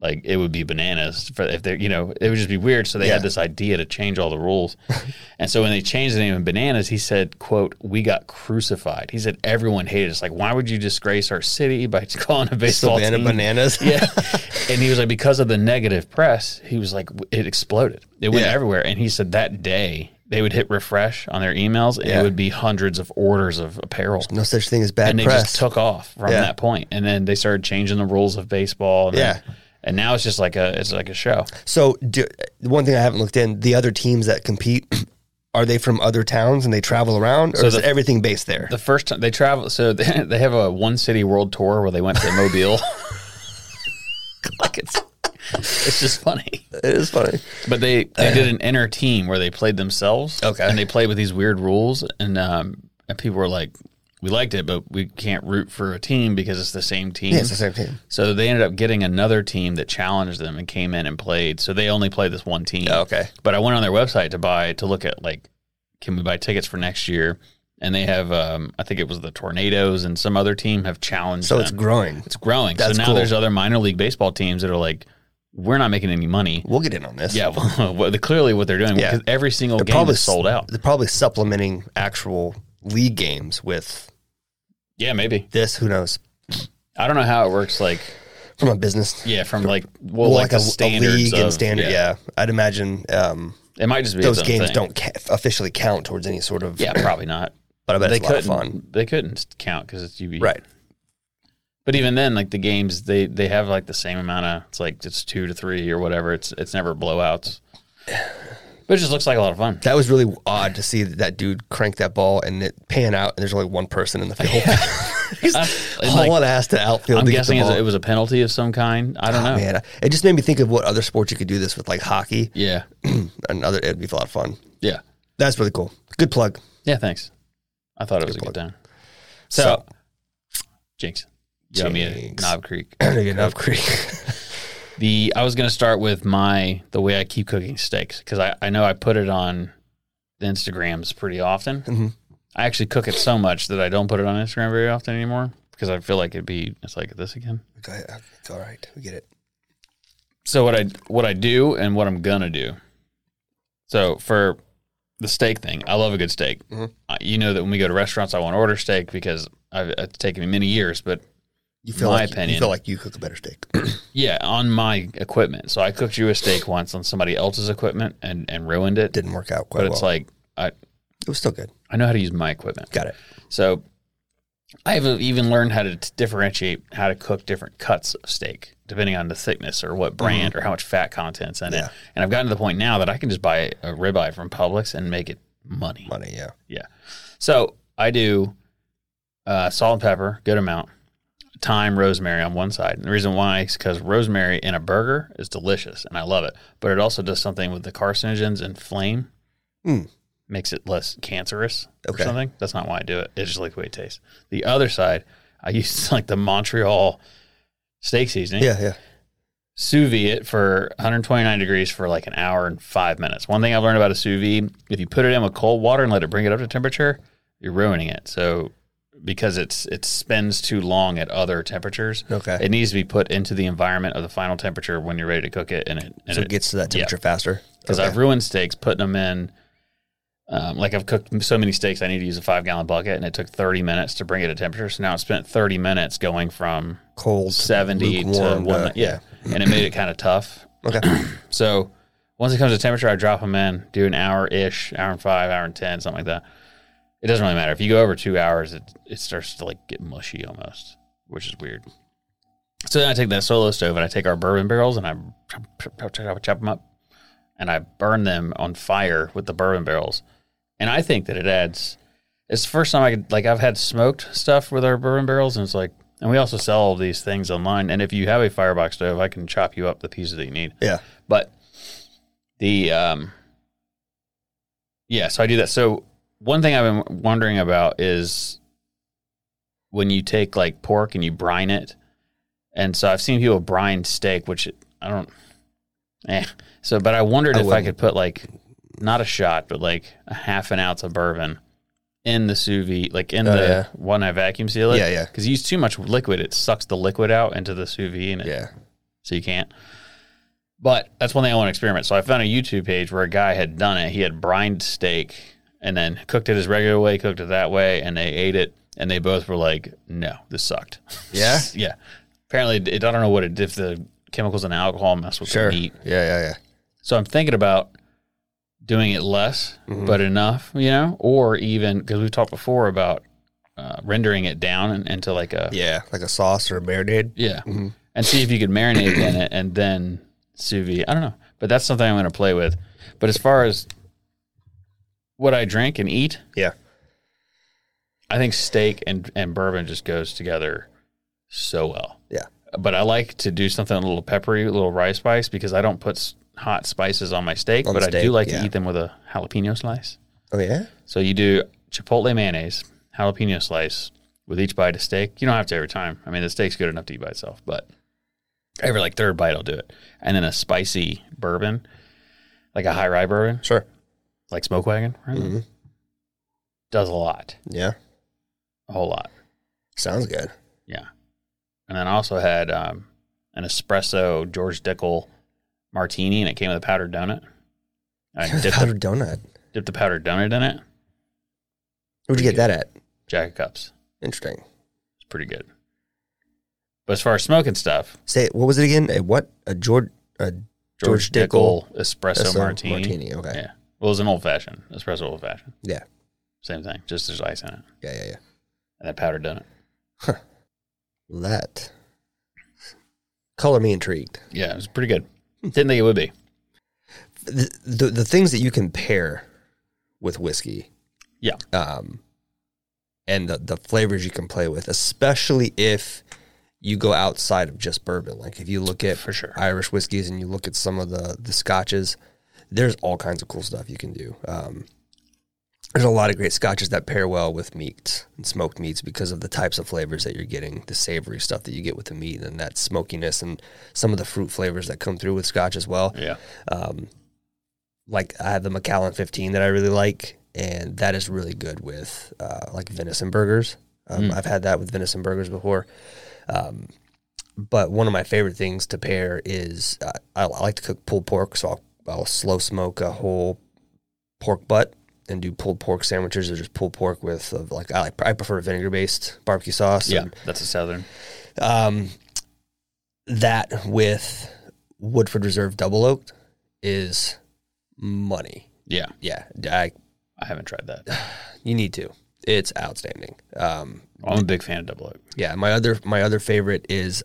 Speaker 1: like it would be bananas for if they're you know it would just be weird. So they
Speaker 2: Yeah.
Speaker 1: had this idea to change all the
Speaker 2: <laughs>
Speaker 1: rules, and so when they changed the name of bananas, he said, "quote We got crucified." He said everyone hated us. Like why would you disgrace our city by <laughs> calling a baseball
Speaker 2: Savannah
Speaker 1: team
Speaker 2: bananas.
Speaker 1: yeah. <laughs> And he was like, because of the negative press, he was like, it exploded. It went
Speaker 2: Yeah.
Speaker 1: everywhere. And he said that day they would hit refresh on their emails and
Speaker 2: Yeah.
Speaker 1: it would be hundreds of orders of apparel.
Speaker 2: <laughs> no such thing as bad
Speaker 1: and they
Speaker 2: press.
Speaker 1: just took off from
Speaker 2: Yeah.
Speaker 1: that point. And then they started changing the rules of baseball. And then-
Speaker 2: Yeah.
Speaker 1: and now it's just like a it's like a show.
Speaker 2: So, do, the one thing I haven't looked in the other teams that compete <clears throat> are they from other towns and they travel around, or
Speaker 1: So
Speaker 2: is
Speaker 1: the-
Speaker 2: it everything based there?
Speaker 1: The first time they travel, so <laughs> they, they have a one city world tour where they went to Mobile. <laughs> like it's it's just funny.
Speaker 2: <laughs> it is funny.
Speaker 1: But they, they did an inner team where they played themselves.
Speaker 2: Okay.
Speaker 1: And they played with these weird rules. And, um, and people were like, we liked it, but we can't root for a team because it's the same team.
Speaker 2: Yeah, it's the same team.
Speaker 1: So they ended up getting another team that challenged them and came in and played. So they only played this one team.
Speaker 2: Oh, okay.
Speaker 1: But I went on their website to buy, to look at like, can we buy tickets for next year? And they have, um, I think it was the Tornadoes and some other team have challenged
Speaker 2: So it's
Speaker 1: them.
Speaker 2: growing.
Speaker 1: It's growing.
Speaker 2: That's
Speaker 1: so now
Speaker 2: cool.
Speaker 1: there's other minor league baseball teams that are like, we're not making any money.
Speaker 2: We'll get in on this.
Speaker 1: Yeah, <laughs> well, well, the- clearly what they're doing
Speaker 2: Yeah.
Speaker 1: because every single
Speaker 2: they're
Speaker 1: game
Speaker 2: probably
Speaker 1: is sold out.
Speaker 2: They're probably supplementing actual league games with
Speaker 1: Yeah, maybe.
Speaker 2: this. Who knows?
Speaker 1: I don't know how it works. Like,
Speaker 2: From a business,
Speaker 1: yeah, from like well,
Speaker 2: Well,
Speaker 1: like, the standards
Speaker 2: league and
Speaker 1: of-
Speaker 2: standard. Yeah. I'd imagine um,
Speaker 1: it might just be
Speaker 2: those
Speaker 1: its own
Speaker 2: games
Speaker 1: thing.
Speaker 2: don't ca- officially count towards any sort of.
Speaker 1: Yeah, probably
Speaker 2: <laughs>
Speaker 1: not.
Speaker 2: but I bet
Speaker 1: they
Speaker 2: it's a lot of
Speaker 1: couldn't.
Speaker 2: fun.
Speaker 1: They couldn't count because it's UB.
Speaker 2: Right.
Speaker 1: But even then, like the games, they they have like the same amount of. It's like it's two to three or whatever. It's it's never blowouts. <sighs> But it just looks like a lot of fun.
Speaker 2: That was really odd to see that, that dude crank that ball and it pan out, and there's only one person in the field. <laughs> He's
Speaker 1: Uh, And,
Speaker 2: hauling
Speaker 1: like,
Speaker 2: ass to outfield.
Speaker 1: I'm
Speaker 2: to get the
Speaker 1: guessing it's-
Speaker 2: ball.
Speaker 1: it was a penalty of some kind. I don't
Speaker 2: Oh,
Speaker 1: know.
Speaker 2: Man, it just made me think of what other sports you could do this with, like hockey. <clears throat>
Speaker 1: Yeah.
Speaker 2: and other. It'd be a lot of fun.
Speaker 1: Yeah.
Speaker 2: That's really cool. Good plug.
Speaker 1: Yeah, thanks. I thought it was a
Speaker 2: Good
Speaker 1: good time.
Speaker 2: So-
Speaker 1: So, Jinx. You owe me a
Speaker 2: Jinx.
Speaker 1: Knob <clears throat> Creek.
Speaker 2: Enough creek.
Speaker 1: The I was gonna start with my the way I keep cooking steaks because I, I know I put it on the Instagrams pretty often.
Speaker 2: Mhm.
Speaker 1: I actually cook it so much that I don't put it on Instagram very often anymore because I feel like it'd be it's like this again.
Speaker 2: Go ahead. It's all right. We get it.
Speaker 1: so what I what I do and what I'm gonna do. So for the steak thing, I love a good steak. Uh, you know that when we go to restaurants, I want to order steak because I've, it's taken me many years, but
Speaker 2: You feel
Speaker 1: My
Speaker 2: like You
Speaker 1: opinion.
Speaker 2: feel like you cook a better steak. <clears throat>
Speaker 1: yeah, on my equipment. So I cooked you a steak once on somebody else's equipment and and ruined it.
Speaker 2: Didn't work out quite
Speaker 1: but
Speaker 2: well.
Speaker 1: it's like I
Speaker 2: it was still good.
Speaker 1: I know how to use my equipment.
Speaker 2: Got it.
Speaker 1: So I haven't even learned how to t- differentiate how to cook different cuts of steak, depending on the thickness or what brand or how much fat content's in
Speaker 2: Mm-hmm. Yeah.
Speaker 1: it. And I've gotten to the point now that I can just buy a ribeye from Publix and make it money.
Speaker 2: Money. Yeah.
Speaker 1: Yeah. So I do uh, salt and pepper, good amount, thyme, rosemary on one side. And the reason why is because rosemary in a burger is delicious and I love it. But it also does something with the carcinogens and flame,
Speaker 2: Hmm.
Speaker 1: makes it less cancerous
Speaker 2: Okay.
Speaker 1: or something. That's not why I do it. It's just like the way it tastes. The other side, I use <laughs> like the Montreal steak seasoning
Speaker 2: Yeah. Yeah.
Speaker 1: sous vide it for 129 degrees for like an hour and five minutes. One thing I've learned about a sous vide: if you put it in with cold water and let it bring it up to temperature, you're ruining it. So because it's it spends too long at other temperatures,
Speaker 2: Okay.
Speaker 1: it needs to be put into the environment of the final temperature when you're ready to cook it, and it and
Speaker 2: so it gets to that temperature faster.
Speaker 1: because
Speaker 2: Okay.
Speaker 1: I've ruined steaks putting them in. Um, like I've cooked so many steaks, I need to use a five gallon bucket, and it took 30 minutes to bring it to temperature. So now it spent 30 minutes going from
Speaker 2: cold
Speaker 1: 70 to
Speaker 2: lukewarm,
Speaker 1: one,
Speaker 2: uh,
Speaker 1: yeah, and it made it kind of tough.
Speaker 2: <clears throat> Okay.
Speaker 1: So once it comes to temperature, I drop them in, do an hour ish, hour and five, hour and ten, something like that. It doesn't really matter. If you go over two hours, it it starts to like get mushy almost, which is weird. So then I take that solo stove and I take our bourbon barrels and I chop, chop, chop, chop, chop them up, and I burn them on fire with the bourbon barrels. And I think that it adds. It's the first time I could like I've had smoked stuff with our bourbon barrels, and it's like, and we also sell all these things online. And if you have a firebox stove, I can chop you up the pieces that you need.
Speaker 2: yeah.
Speaker 1: But the um yeah, so I do that. So one thing I've been wondering about is when you take like pork and you brine it. And so I've seen people brine steak, which I don't. Eh. So, but I wondered
Speaker 2: I
Speaker 1: if I
Speaker 2: wouldn't.
Speaker 1: could put like not a shot, but like a half an ounce of bourbon in the sous vide, like in
Speaker 2: Oh,
Speaker 1: the
Speaker 2: yeah.
Speaker 1: one I vacuum seal it.
Speaker 2: Yeah, yeah.
Speaker 1: Because you use too much liquid, it sucks the liquid out into the sous vide, and it
Speaker 2: Yeah.
Speaker 1: so you can't. But that's one thing I want to experiment. So I found a YouTube page where a guy had done it. He had brined steak and then cooked it his regular way, cooked it that way, and they ate it. And they both were like, "No, this sucked."
Speaker 2: Yeah?
Speaker 1: <laughs> yeah. Apparently, it, I don't know what it if the chemicals and alcohol mess with
Speaker 2: Sure.
Speaker 1: the
Speaker 2: Yeah,
Speaker 1: meat.
Speaker 2: yeah, yeah.
Speaker 1: So I'm thinking about doing it less,
Speaker 2: Mm-hmm.
Speaker 1: but enough, you know, or even because we've talked before about uh, rendering it down in- into like a
Speaker 2: Yeah. Like a sauce or a marinade.
Speaker 1: yeah.
Speaker 2: Mm-hmm.
Speaker 1: And see if you could marinate it in it and then sous vide. I don't know. But that's something I'm going to play with. But as far as what I drink and eat,
Speaker 2: Yeah.
Speaker 1: I think steak and, and bourbon just goes together so well.
Speaker 2: Yeah.
Speaker 1: But I like to do something a little peppery, a little rye spice because I don't put s- hot spices on my steak,
Speaker 2: On
Speaker 1: but I
Speaker 2: steak,
Speaker 1: do like
Speaker 2: yeah.
Speaker 1: to eat them with a jalapeno slice.
Speaker 2: Oh yeah?
Speaker 1: So you do chipotle mayonnaise, jalapeno slice with each bite of steak. You don't have to every time. I mean, the steak's good enough to eat by itself, but every like third bite, I'll do it. And then a spicy bourbon, like a high rye bourbon,
Speaker 2: Sure.
Speaker 1: like smoke wagon, right? does a lot,
Speaker 2: Yeah.
Speaker 1: a whole lot.
Speaker 2: Sounds good.
Speaker 1: Yeah. And then I also had um, an espresso George Dickel martini, and it came with a powdered donut. I
Speaker 2: <laughs>
Speaker 1: dipped, the,
Speaker 2: powdered donut.
Speaker 1: dipped the powdered donut in it,
Speaker 2: Where'd you get that at?
Speaker 1: Jack of Cups.
Speaker 2: Interesting.
Speaker 1: It's pretty good. But as far as smoking stuff,
Speaker 2: Say what was it again? A what? A George a
Speaker 1: George,
Speaker 2: George
Speaker 1: Dickel,
Speaker 2: Dickel
Speaker 1: espresso,
Speaker 2: espresso
Speaker 1: martini.
Speaker 2: martini, okay.
Speaker 1: Yeah. Well, it's an old fashioned espresso, old fashioned.
Speaker 2: Yeah.
Speaker 1: Same thing. Just there's ice in it
Speaker 2: Yeah, yeah, yeah.
Speaker 1: and that powder done it.
Speaker 2: That color me intrigued.
Speaker 1: Yeah, it was pretty good. Didn't think it would be.
Speaker 2: The, the the things that you can pair with whiskey
Speaker 1: Yeah.
Speaker 2: um, and the, the flavors you can play with, especially if you go outside of just bourbon. Like if you look at
Speaker 1: For sure.
Speaker 2: Irish whiskeys and you look at some of the the scotches, there's all kinds of cool stuff you can do. Um, there's a lot of great scotches that pair well with meats and smoked meats because of the types of flavors that you're getting, the savory stuff that you get with the meat and that smokiness and some of the fruit flavors that come through with scotch as well
Speaker 1: Yeah.
Speaker 2: um, like I have the Macallan 15 that I really like, and that is really good with uh, like venison burgers. Um, I've had that with venison burgers before. Um, but one of my favorite things to pair is uh, I, I like to cook pulled pork, so I'll, I'll slow smoke a whole pork butt and do pulled pork sandwiches or just pulled pork with uh, like I like I prefer vinegar based barbecue sauce.
Speaker 1: Yeah.
Speaker 2: and
Speaker 1: That's a southern.
Speaker 2: um, that with Woodford Reserve Double Oaked is money.
Speaker 1: Yeah.
Speaker 2: Yeah, I,
Speaker 1: I haven't tried
Speaker 2: <sighs>
Speaker 1: that.
Speaker 2: you need to. It's outstanding. Um,
Speaker 1: I'm a big fan of double oak.
Speaker 2: yeah, my other my other favorite is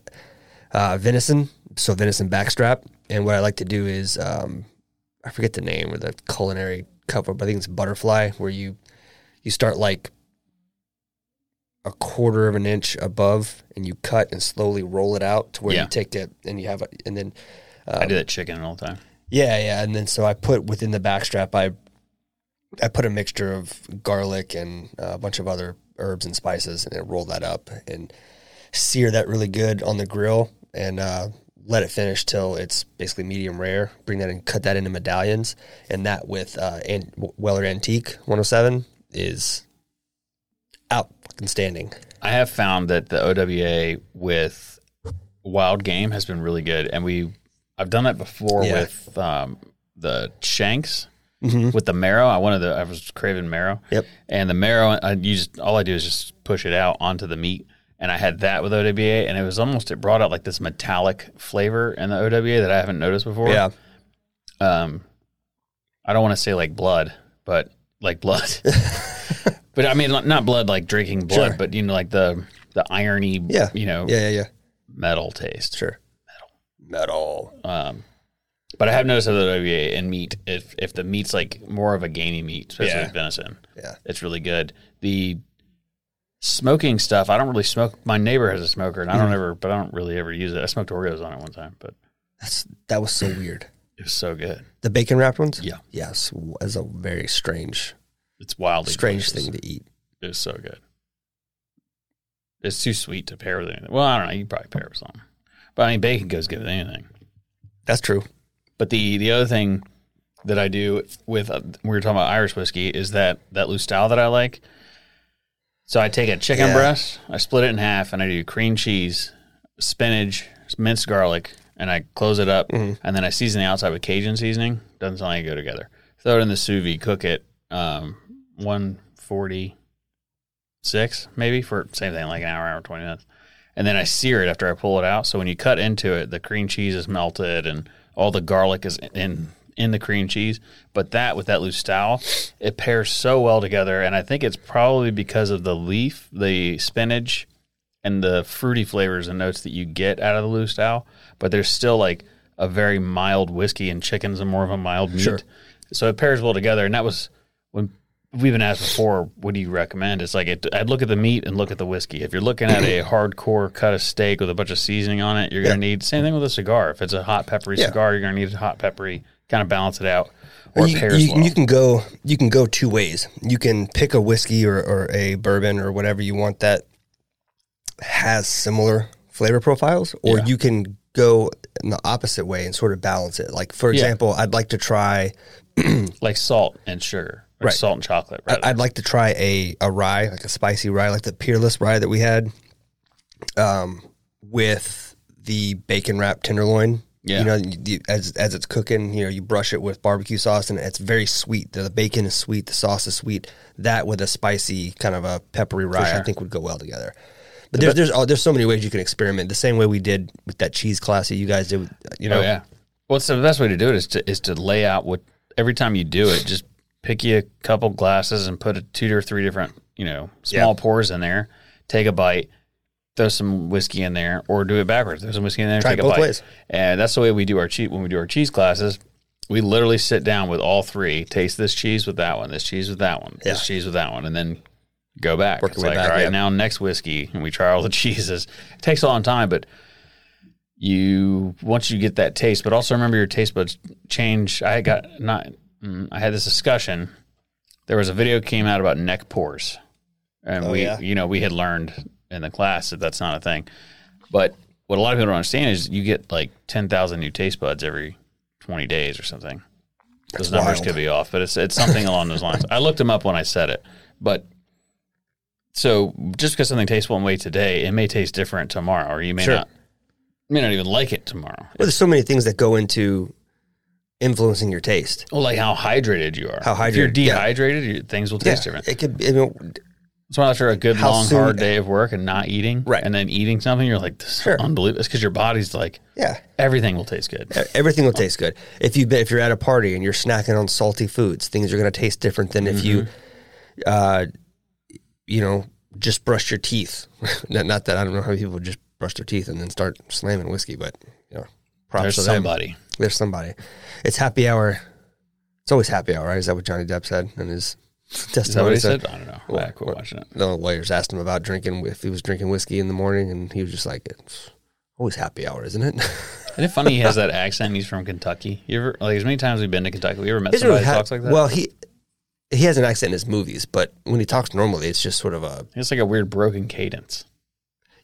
Speaker 2: uh, venison. So venison backstrap, and what I like to do is um, I forget the name or the culinary cover, but I think it's butterfly, where you you start like a quarter of an inch above, and you cut and slowly roll it out to where
Speaker 1: Yeah.
Speaker 2: you take it, and you have it, and then
Speaker 1: I do that chicken all the time.
Speaker 2: yeah, yeah, and then so I put within the backstrap, I I put a mixture of garlic and uh, a bunch of other herbs and spices, and then roll that up and sear that really good on the grill, and uh, let it finish till it's basically medium rare. Bring that and cut that into medallions, and that with uh, An- Weller Antique 107 is out fucking standing.
Speaker 1: I have found that the OWA with wild game has been really good, and we I've done that before
Speaker 2: Yeah.
Speaker 1: with um, the shanks with the marrow. I wanted the I was craving marrow.
Speaker 2: Mm-hmm. Yep.
Speaker 1: And the marrow, I used all I do is just push it out onto the meat, and I had that with OWA, and it was almost it brought out like this metallic flavor in the OWA that I haven't noticed before.
Speaker 2: Yeah,
Speaker 1: Um, I don't want to say like blood, but like
Speaker 2: <laughs>
Speaker 1: blood. but I mean, not blood like drinking blood,
Speaker 2: Sure.
Speaker 1: but you know, like the the irony,
Speaker 2: yeah,
Speaker 1: you know,
Speaker 2: yeah, yeah, yeah,
Speaker 1: metal taste.
Speaker 2: sure. Metal, metal.
Speaker 1: Um, but I have noticed that the OVA and meat, if if the meat's like more of a gamey meat, especially
Speaker 2: Yeah.
Speaker 1: with venison,
Speaker 2: Yeah.
Speaker 1: it's really good. The smoking stuff, I don't really smoke. My neighbor has a smoker, and I
Speaker 2: Mm-hmm.
Speaker 1: don't ever, but I don't really ever use it. I smoked Oreos on it one time, but
Speaker 2: That's that was so weird.
Speaker 1: it was so good.
Speaker 2: The bacon wrapped ones?
Speaker 1: Yeah.
Speaker 2: Yes. As a very strange,
Speaker 1: It's wildly
Speaker 2: strange
Speaker 1: delicious.
Speaker 2: thing to eat.
Speaker 1: It was so good. It's too sweet to pair with anything. Well, I don't know. You could probably pair it with something. But I mean, bacon goes good with anything.
Speaker 2: That's true.
Speaker 1: But the the other thing that I do with uh, we were talking about Irish whiskey is that that loose style that I like. So I take a chicken
Speaker 2: Yeah.
Speaker 1: breast, I split it in half, and I do cream cheese, spinach, minced garlic, and I close it up, and then I season the outside with Cajun seasoning. Doesn't sound like they go together. Throw it in the sous vide, cook it um, one forty six maybe for same thing like an hour, hour twenty minutes and then I sear it after I pull it out. So when you cut into it, the cream cheese is melted and all the garlic is in in the cream cheese. But that with that loose towel, it pairs so well together. And I think it's probably because of the leaf, the spinach, and the fruity flavors and notes that you get out of the loose towel. But there's still like a very mild whiskey and chickens and more of a mild meat. So it pairs well together. And that was when we've been asked before, what do you recommend? It's like it, I'd look at the meat and look at the whiskey. If you're looking at
Speaker 2: <clears throat>
Speaker 1: a hardcore cut of steak with a bunch of seasoning on it, you're going to need same thing with a cigar. If it's a hot peppery
Speaker 2: Yeah.
Speaker 1: cigar, you're going to need a hot peppery kind of balance it out or
Speaker 2: you,
Speaker 1: it pairs
Speaker 2: you-
Speaker 1: well.
Speaker 2: you can go you can go two ways. You can pick a whiskey or, or a bourbon or whatever you want that has similar flavor profiles, or you can go in the opposite way and sort of balance it. Like for
Speaker 1: Yeah.
Speaker 2: example, I'd like to try
Speaker 1: like salt and sugar, or
Speaker 2: Right.
Speaker 1: Salt and chocolate.
Speaker 2: I-
Speaker 1: Rather.
Speaker 2: I'd like to try a a rye, like a spicy rye, like the peerless rye that we had, um, with the bacon wrap tenderloin.
Speaker 1: Yeah.
Speaker 2: You know, you, you- as as it's cooking, you know, you brush it with barbecue sauce, and it's very sweet. The, the bacon is sweet, the sauce is sweet. That with a spicy kind of a peppery rye, I think would go well together. But there's there's oh, there's so many ways you can experiment. The same way we did with that cheese class that you guys did. With, you know,
Speaker 1: Oh, yeah. Well, so the best way to do it is to is to lay out what every time you do it, just pick you a couple glasses and put a two or three different you know small pours in there. Take a bite, throw some whiskey in there, or do it backwards. Throw some whiskey in there,
Speaker 2: Try it
Speaker 1: take
Speaker 2: both
Speaker 1: a bite.
Speaker 2: ways.
Speaker 1: And that's the way we do our cheese when we do our cheese classes. We literally sit down with all three, taste this cheese with that one, this cheese with that one,
Speaker 2: Yeah.
Speaker 1: this cheese with that one, and then go back.
Speaker 2: Work
Speaker 1: it's
Speaker 2: your way
Speaker 1: like,
Speaker 2: back,
Speaker 1: all right,
Speaker 2: yeah.
Speaker 1: now next whiskey, and we try all the <laughs> cheeses. It takes a long time, but you once you get that taste, but also remember your taste buds change. I got not. mm, I had this discussion. There was a video came out about neck pores, and we,
Speaker 2: Oh, yeah.
Speaker 1: you know, we had learned in the class that that's not a thing. But what a lot of people don't understand is you get like ten thousand new taste buds every twenty days or something. Those numbers
Speaker 2: wild.
Speaker 1: could be off, but it's it's something along those lines. I looked them up when I said it, but so just because something tastes one way today, it may taste different tomorrow, or you may
Speaker 2: Sure.
Speaker 1: not may not even like it tomorrow.
Speaker 2: Well, there's so many things that go into influencing your taste.
Speaker 1: Well, like how hydrated you are.
Speaker 2: How
Speaker 1: If you're
Speaker 2: hydrated, yeah.
Speaker 1: dehydrated, your things will taste different.
Speaker 2: It could. I mean,
Speaker 1: So after a good
Speaker 2: How
Speaker 1: long
Speaker 2: soon-
Speaker 1: hard day of work and not eating,
Speaker 2: Right.
Speaker 1: and then eating something, you're like, this is
Speaker 2: Sure.
Speaker 1: unbelievable. It's because your body's like,
Speaker 2: yeah.
Speaker 1: everything will taste good.
Speaker 2: E- Everything will taste good if you if you're at a party and you're snacking on salty foods. Things are going to taste different than if you,
Speaker 1: Mm-hmm.
Speaker 2: uh, you know, just brush your teeth. <laughs> not, not that I don't know how many people just brush their teeth and then start slamming whiskey, but you know, props
Speaker 1: There's
Speaker 2: to them.
Speaker 1: somebody.
Speaker 2: There's somebody. It's happy hour. It's always happy hour, right? Is that what Johnny Depp said in his <laughs> testimony?
Speaker 1: Is that what he
Speaker 2: So-
Speaker 1: said? I don't know. I quit watching it.
Speaker 2: the lawyers asked him about drinking if he was drinking whiskey in the morning, and he was just like, "It's always happy hour, isn't it?" <laughs>
Speaker 1: Isn't it funny he has that accent? He's from Kentucky. You ever like as many times we've been to Kentucky? We ever met
Speaker 2: It's
Speaker 1: somebody
Speaker 2: really
Speaker 1: that
Speaker 2: ha-
Speaker 1: talks like that?
Speaker 2: Well, he he has an accent in his movies, but when he talks normally, it's just sort of a
Speaker 1: it's like a weird broken cadence.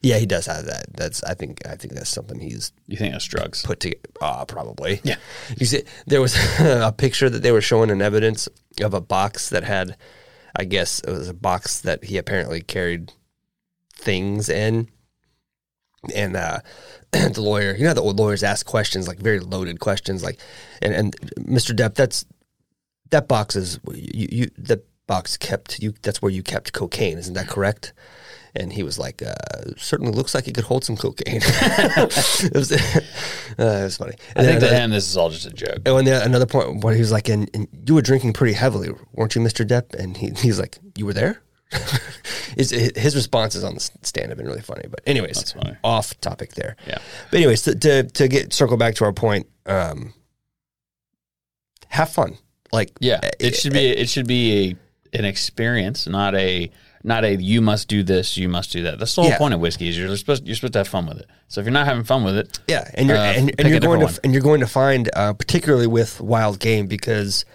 Speaker 2: yeah. He does have that. That's I think I think that's something he's
Speaker 1: You think that's drugs?
Speaker 2: put together. Ah, probably.
Speaker 1: Yeah.
Speaker 2: You see, there was <laughs> a picture that they were showing in evidence of a box that had, I guess it was a box that he apparently carried things in. And uh, <clears throat> the lawyer, you know, how the old lawyers ask questions like very loaded questions, like, and and Mr. Depp, that's that box is you, you that box kept you. That's where you kept cocaine, isn't that correct? And he was like, uh, certainly looks like it could hold some cocaine. <laughs> it, was, <laughs> uh, it was funny.
Speaker 1: I
Speaker 2: And
Speaker 1: think to
Speaker 2: then-
Speaker 1: him this is all just a joke.
Speaker 2: and when the, another point where he was like, and, and you were drinking pretty heavily, weren't you, Mr. Depp? And he, he's like, you were there? <laughs> his, his responses on the stand have been really funny. But anyways,
Speaker 1: That's funny.
Speaker 2: off topic there.
Speaker 1: Yeah.
Speaker 2: But anyways, to, to, to get circle back to our point, um, have fun. Like
Speaker 1: Yeah,
Speaker 2: eh,
Speaker 1: it should be it should be a an experience, not a not a you must do this, you must do that. That's the whole
Speaker 2: Yeah.
Speaker 1: point of whiskey is you're supposed you're supposed to have fun with it. So if you're not having fun with it,
Speaker 2: Yeah, and you're
Speaker 1: Uh,
Speaker 2: and,
Speaker 1: pick
Speaker 2: and
Speaker 1: a
Speaker 2: you're going to
Speaker 1: different
Speaker 2: and you're going to find uh, particularly with wild game because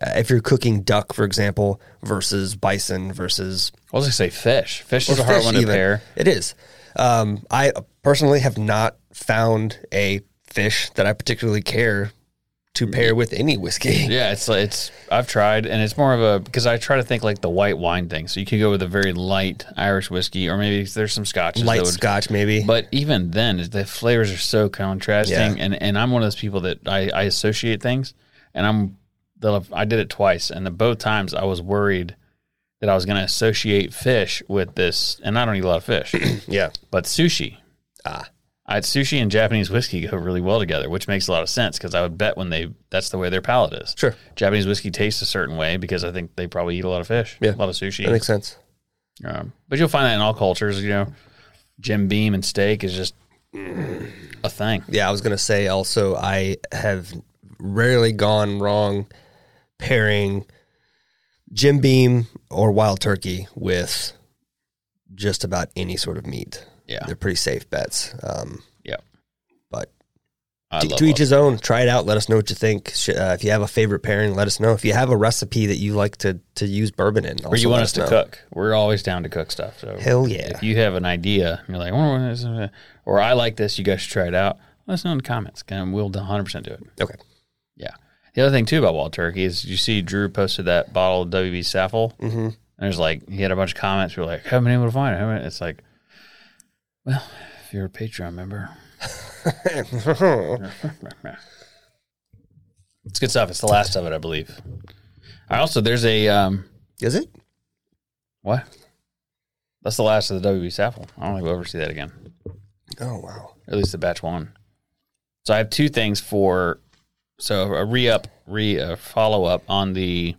Speaker 2: uh, if you're cooking duck, for example, versus bison versus
Speaker 1: I was gonna say fish. Fish is a
Speaker 2: or
Speaker 1: hard
Speaker 2: fish
Speaker 1: one to
Speaker 2: even.
Speaker 1: pair.
Speaker 2: It is. Um, I personally have not found a fish that I particularly care to pair with any whiskey.
Speaker 1: Yeah, it's like it's I've tried and it's more of a because I try to think like the white wine thing. So you could go with a very light Irish whiskey or maybe there's some scotches
Speaker 2: <laughs> Light
Speaker 1: that would-
Speaker 2: scotch, maybe.
Speaker 1: But even then, the flavors are so contrasting,
Speaker 2: Yeah.
Speaker 1: and and I'm one of those people that I, I associate things, and I'm the I did it twice, and the both times I was worried that I was going to associate fish with this, and I don't eat a lot of fish,
Speaker 2: yeah.
Speaker 1: but sushi.
Speaker 2: Ah.
Speaker 1: I sushi and Japanese whiskey go really well together, which makes a lot of sense because I would bet when they that's the way their palate is.
Speaker 2: Sure.
Speaker 1: Japanese whiskey tastes a certain way because I think they probably eat a lot of fish, a
Speaker 2: Yeah.
Speaker 1: lot of sushi.
Speaker 2: That makes sense.
Speaker 1: Um, but you'll find that in all cultures, you know, Jim Beam and steak is just a thing.
Speaker 2: Yeah, I was gonna say also I have rarely gone wrong pairing Jim Beam or wild turkey with just about any sort of meat.
Speaker 1: Yeah.
Speaker 2: They're pretty safe bets. Um,
Speaker 1: Yeah.
Speaker 2: but
Speaker 1: I
Speaker 2: to,
Speaker 1: love
Speaker 2: to each
Speaker 1: lobster.
Speaker 2: his own. Try it out. Let us know what you think. Sh- Uh, if you have a favorite pairing, let us know. If you have a recipe that you like to to use bourbon in,
Speaker 1: Or
Speaker 2: also
Speaker 1: you want
Speaker 2: let
Speaker 1: us to
Speaker 2: know.
Speaker 1: cook. We're always down to cook stuff. So
Speaker 2: Hell yeah.
Speaker 1: If you have an idea and you're like, "I wonder what this is," or I like this, you guys should try it out. Let us know in the comments and we'll 100% do it.
Speaker 2: Okay.
Speaker 1: Yeah. The other thing too about wild turkey is you see Drew posted that bottle of WB Saffel. Mm-hmm. And there's like, he had a bunch of comments. People were like, haven't been able to find it. haven't been-" It's like, well, if you're a Patreon member, it's good stuff. It's the last of it, I believe. I also, there's a, um,
Speaker 2: Is it?
Speaker 1: what? That's the last of the WB Saffel. I don't think we'll ever see that again.
Speaker 2: Oh wow.
Speaker 1: at least the batch one. So I have two things for so a re up, re a follow up on the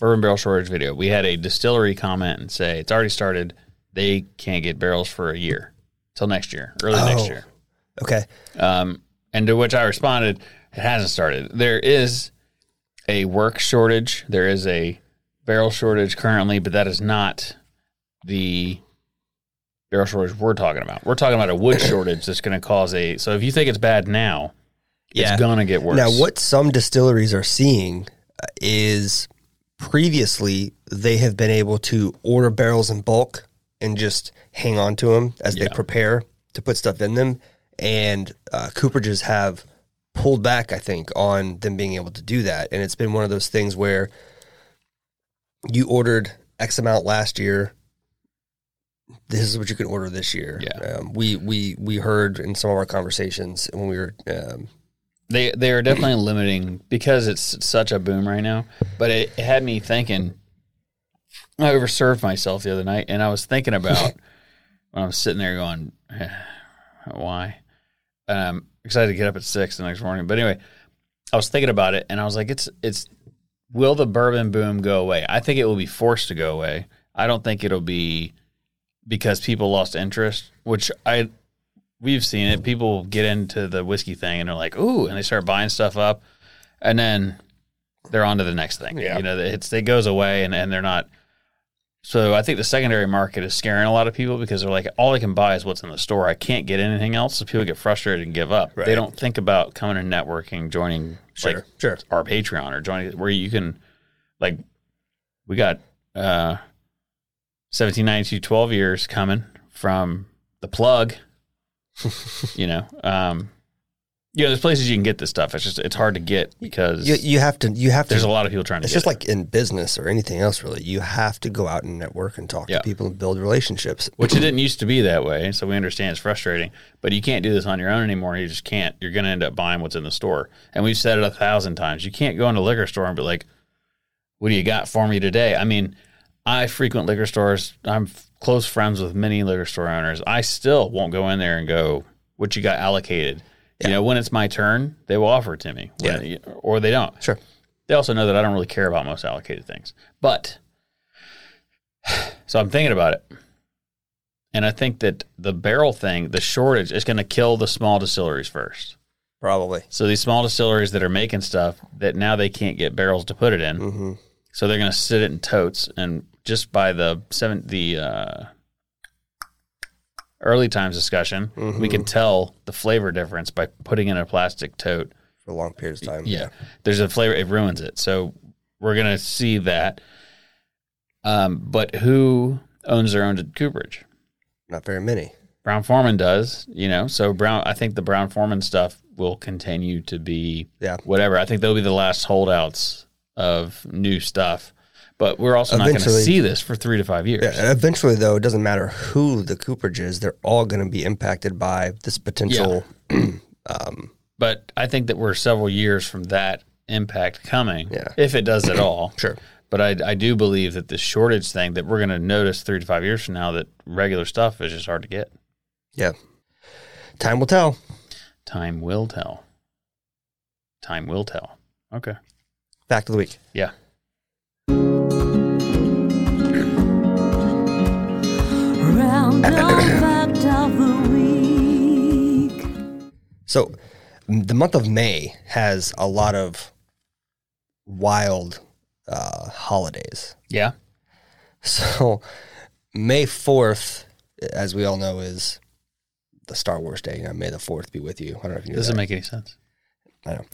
Speaker 1: bourbon barrel shortage video. We had a distillery comment and say it's already started. They can't get barrels for a year till next year, early
Speaker 2: Oh.
Speaker 1: next year.
Speaker 2: Okay.
Speaker 1: Um, and to which I responded, it hasn't started. There is a work shortage. There is a barrel shortage currently, but that is not the barrel shortage we're talking about. We're talking about a
Speaker 2: <coughs>
Speaker 1: wood shortage that's going to cause a. So if you think it's bad now,
Speaker 2: Yeah.
Speaker 1: it's going to get worse.
Speaker 2: Now, what some distilleries are seeing uh, is previously they have been able to order barrels in bulk and just hang on to them as they
Speaker 1: Yeah.
Speaker 2: prepare to put stuff in them. And uh, cooperages have pulled back, I think, on them being able to do that. And it's been one of those things where you ordered X amount last year. This is what you can order this year.
Speaker 1: Yeah.
Speaker 2: Um, we we we heard in some of our conversations when we were um,
Speaker 1: they they are definitely <clears throat> limiting because it's such a boom right now. But it, it had me thinking. I overserved myself the other night, and I was thinking about when I was sitting there going, "Eh, "Why?" Um, excited to get up at six the next morning, but anyway, I was thinking about it, and I was like, "It's it's will the bourbon boom go away? I think it will be forced to go away. I don't think it'll be because people lost interest, which I we've seen it. People get into the whiskey thing and they're like, ooh, and they start buying stuff up, and then they're on to the next thing.
Speaker 2: Yeah.
Speaker 1: You know, it's it goes away, and and they're not. So I think the secondary market is scaring a lot of people because they're like, all I can buy is what's in the store. I can't get anything else. So people get frustrated and give up. They don't think about coming and networking, joining like
Speaker 2: sure.
Speaker 1: our Patreon or join where you can like we got uh 1792 12 years coming from the
Speaker 2: <laughs>
Speaker 1: plug you know um you know there's places you can get this stuff it's just it's hard to get because
Speaker 2: you, you have to you have to
Speaker 1: there's a lot of people trying to
Speaker 2: it's
Speaker 1: get
Speaker 2: just
Speaker 1: it.
Speaker 2: like in business or anything else really you have to go out and network and talk
Speaker 1: Yeah.
Speaker 2: to people and build relationships
Speaker 1: which it didn't used to be that way so we understand it's frustrating but you can't do this on your own anymore you just can't you're going to end up buying what's in the store and we've said it a thousand times you can't go into liquor store and be like what do you got for me today i mean i frequent liquor stores i'm f- close friends with many liquor store owners i still won't go in there and go what you got allocated you know when it's my turn they will offer it to me When- or they don't
Speaker 2: sure
Speaker 1: they also know that I don't really care about most allocated things. But <sighs> so I'm thinking about it. And I think that the barrel thing, the shortage, is going to kill the small distilleries first.
Speaker 2: probably
Speaker 1: So these small distilleries that are making stuff that now they can't get barrels to put it in,
Speaker 2: Mm. Mm-hmm.
Speaker 1: so they're going to sit it in totes. And just by the seven, the uh, early times discussion, we can tell the flavor difference by putting in a plastic tote
Speaker 2: for long periods of time
Speaker 1: yeah. There's a flavor, it ruins it. So we're going to see that. Um, but who owns their own cooperage?
Speaker 2: not very many
Speaker 1: Brown Foreman does, you know. So Brown, I think the Brown Foreman stuff will continue to be
Speaker 2: Yeah.
Speaker 1: whatever. I think they'll be the last holdouts of new stuff. But we're also not going to
Speaker 2: Eventually-
Speaker 1: see this for three to five years.
Speaker 2: Yeah, and eventually, though, it doesn't matter who the Cooperage is; they're all going to be impacted by this potential.
Speaker 1: But I think that we're several years from that impact coming,
Speaker 2: Yeah.
Speaker 1: if it does at all.
Speaker 2: Sure.
Speaker 1: But I, I do believe that the shortage thing that we're going to notice three to five years from now that regular stuff is just hard to get.
Speaker 2: Yeah, time will tell.
Speaker 1: Time will tell. Time will tell. Okay.
Speaker 2: Fact of the week.
Speaker 1: Yeah.
Speaker 3: Round up fact of the week.
Speaker 2: So, m- the month of May has a lot of wild uh, holidays.
Speaker 1: Yeah.
Speaker 2: So, May 4th, as we all know, is the Star Wars Day. You know, May the 4th be with you. I don't know if you knew
Speaker 1: Doesn't
Speaker 2: that.
Speaker 1: make any sense.
Speaker 2: I know.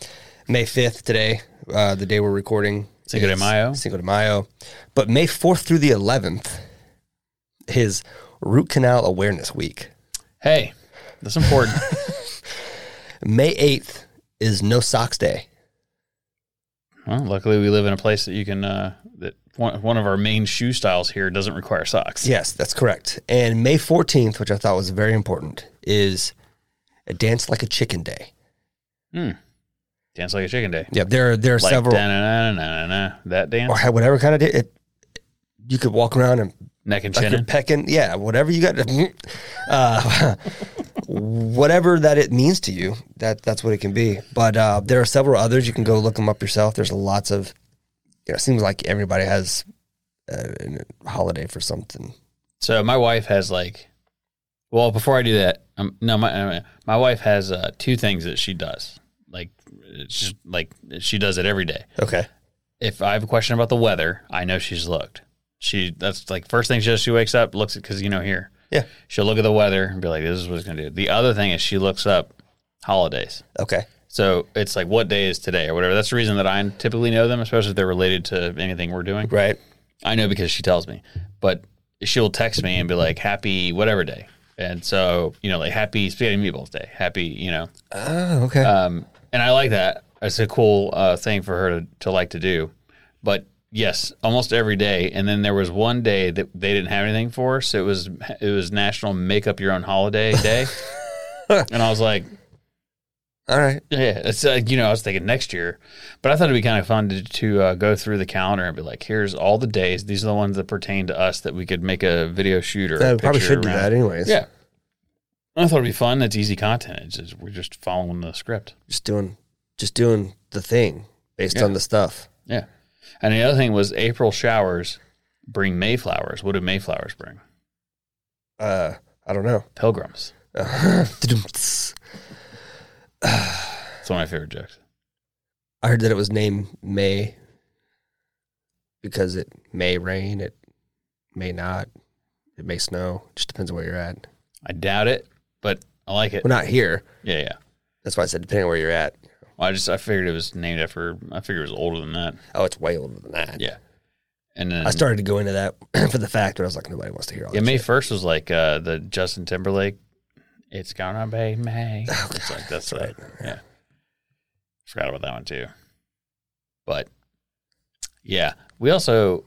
Speaker 2: May 5th today, uh, the day we're recording.
Speaker 1: Cinco de
Speaker 2: is
Speaker 1: Mayo.
Speaker 2: Cinco de Mayo. But May 4th through the 11th is Root Canal Awareness Week.
Speaker 1: Hey, that's
Speaker 2: <laughs>
Speaker 1: important.
Speaker 2: May 8th is No Socks Day.
Speaker 1: well, luckily we live in a place that you can, uh, that one, one of our main shoe styles here doesn't require socks.
Speaker 2: Yes, that's correct. And May 14th, which I thought was very important, is a Dance Like a Chicken Day.
Speaker 1: Hmm. Dance like a chicken day.
Speaker 2: Yeah, there, there are
Speaker 1: Like
Speaker 2: several.
Speaker 1: da-na-na-na-na-na, that dance.
Speaker 2: or ha- whatever kind of day. It, you could walk around and
Speaker 1: Neck and
Speaker 2: like you're
Speaker 1: chin.
Speaker 2: pecking, yeah, whatever you got, <laughs> uh, <laughs> whatever that it means to you, that that's what it can be. But uh, there are several others you can go look them up yourself. There's lots of, you know, it seems like everybody has uh, a holiday for something.
Speaker 1: So my wife has like, well, before I do that, um, no, my uh, my wife has uh, two things that she does. Like, it's just like she does it every day.
Speaker 2: Okay,
Speaker 1: If I have a question about the weather, I know she's looked. She that's like first thing she does. She wakes up, looks at because you know here
Speaker 2: yeah,
Speaker 1: she'll look at the weather and be like, "This is what it's gonna do." The other thing is she looks up holidays.
Speaker 2: okay,
Speaker 1: So it's like what day is today or whatever. That's the reason that I typically know them, especially if they're related to anything we're doing.
Speaker 2: right,
Speaker 1: I know because she tells me, but she'll text me and be like, "Happy whatever day," and so you know, like "Happy spaghetti and meatballs day," "Happy," you know,
Speaker 2: oh, okay,
Speaker 1: um, and I like that. It's a cool uh, thing for her to, to like to do, but yes, almost every day. And then there was one day that they didn't have anything for, so it was it was National Make Up Your Own Holiday Day, and I was like,
Speaker 2: all right,
Speaker 1: yeah, it's uh, you know I was thinking next year, but I thought it'd be kind of fun to, to uh, go through the calendar and be like, here's all the days. These are the ones that pertain to us that we could make a video shoot or a
Speaker 2: Yeah, we probably
Speaker 1: picture
Speaker 2: should do
Speaker 1: around.
Speaker 2: that anyways.
Speaker 1: Yeah, I thought it'd be fun. That's easy content. It's just, we're just following the script.
Speaker 2: just doing, just doing the thing based
Speaker 1: Yeah.
Speaker 2: on the stuff.
Speaker 1: Yeah, and the other thing was April showers bring Mayflowers. What do Mayflowers bring?
Speaker 2: Uh, I don't know. <laughs>
Speaker 1: Pilgrims.
Speaker 2: I
Speaker 1: It's one of my favorite jokes.
Speaker 2: heard that it was named May because it may rain, it may not, it may snow. just depends on where you're at.
Speaker 1: I doubt it, but I like it.
Speaker 2: Well, not here.
Speaker 1: Yeah, yeah.
Speaker 2: That's why I said depending on where you're at.
Speaker 1: Well, I just I figured it was named after. I figured it was older than that.
Speaker 2: Oh, it's way older than that.
Speaker 1: Yeah, and then
Speaker 2: I started to go into that <clears throat> for the fact, but I was like, nobody wants to hear all
Speaker 1: Yeah,
Speaker 2: that.
Speaker 1: May
Speaker 2: shit.
Speaker 1: first was like uh, the Justin Timberlake. It's gonna be May. it's like that's, right. Yeah, forgot about that one too. But yeah, we also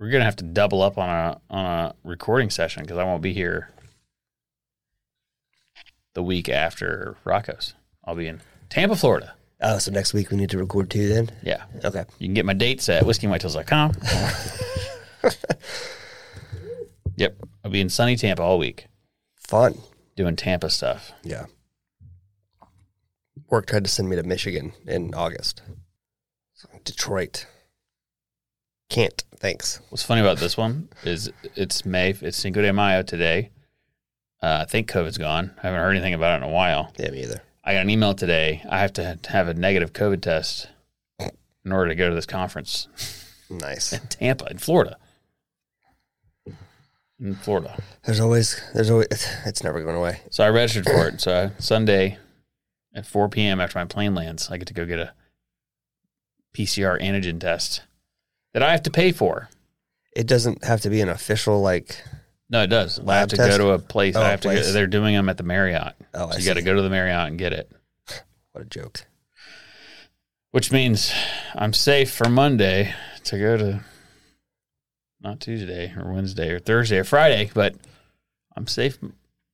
Speaker 1: we're gonna have to double up on a on a recording session because I won't be here the week after Rocco's. I'll be in Tampa, Florida.
Speaker 2: Oh, so next week we need to record too then?
Speaker 1: Yeah,
Speaker 2: Okay.
Speaker 1: you can get my dates at whiskeymytills.com. yep, I'll be in sunny Tampa all week
Speaker 2: Fun.
Speaker 1: doing Tampa stuff.
Speaker 2: Yeah. Work tried to send me to Michigan in August. Detroit. Can't. Thanks.
Speaker 1: What's funny about this one is it's May, it's Cinco de Mayo today. Uh, I think COVID's gone. I haven't heard anything about it in a while.
Speaker 2: Yeah, me either.
Speaker 1: I got an email today. I have to have a negative COVID test in order to go to this conference
Speaker 2: Nice.
Speaker 1: in Tampa, in Florida. In Florida.
Speaker 2: There's always, there's always, it's never going away.
Speaker 1: So I registered for it. So Sunday at 4 p.m. after my plane lands, I get to go get a PCR antigen test that I have to pay for.
Speaker 2: It doesn't have to be an official like
Speaker 1: No, it does. I have
Speaker 2: Lab
Speaker 1: to
Speaker 2: test?
Speaker 1: go to a place.
Speaker 2: Oh,
Speaker 1: I have to.
Speaker 2: place.
Speaker 1: Go, they're doing them at the Marriott.
Speaker 2: Oh, I
Speaker 1: so you got to
Speaker 2: see.
Speaker 1: go to the Marriott and get it,
Speaker 2: What a joke.
Speaker 1: which means I'm safe for Monday to go to, not Tuesday or Wednesday or Thursday or Friday, but I'm safe.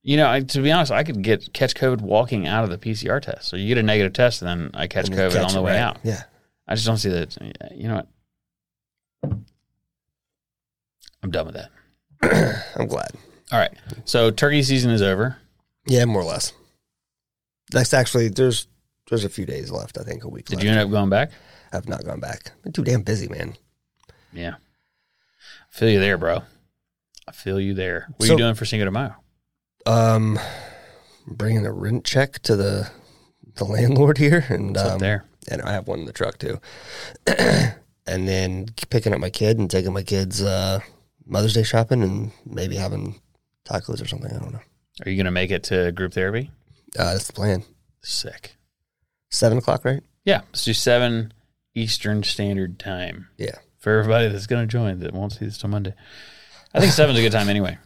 Speaker 1: You know, I, to be honest, I could get catch COVID walking out of the PCR test. So you get a negative test, and then I catch
Speaker 2: And you
Speaker 1: COVID
Speaker 2: catch
Speaker 1: on the
Speaker 2: it,
Speaker 1: way
Speaker 2: right?
Speaker 1: out.
Speaker 2: Yeah.
Speaker 1: I just don't see that. You know what? I'm done with that.
Speaker 2: I'm glad.
Speaker 1: All right. So turkey season is over.
Speaker 2: Yeah, more or less. That's actually there's there's a few days left. I think a week.
Speaker 1: Did
Speaker 2: left.
Speaker 1: you end up going back?
Speaker 2: I've not gone back. Been too damn busy, man.
Speaker 1: Yeah. I feel you there, bro. I feel you there. What are
Speaker 2: So-
Speaker 1: you doing for Cinco de Mayo?
Speaker 2: Um, bringing a rent check to the the <laughs> landlord here, and
Speaker 1: It's
Speaker 2: um,
Speaker 1: up there.
Speaker 2: and I have one in the truck too. <clears throat> and then picking up my kid and taking my kids uh, Mother's Day shopping and maybe having tacos or something. I don't know.
Speaker 1: Are you going to make it to group therapy?
Speaker 2: Uh, that's the plan.
Speaker 1: Sick.
Speaker 2: Seven o'clock, right?
Speaker 1: Yeah. Let's do 7 Eastern Standard Time
Speaker 2: Yeah.
Speaker 1: for everybody that's going to join that won't see this till Monday. I think 7's a good time anyway.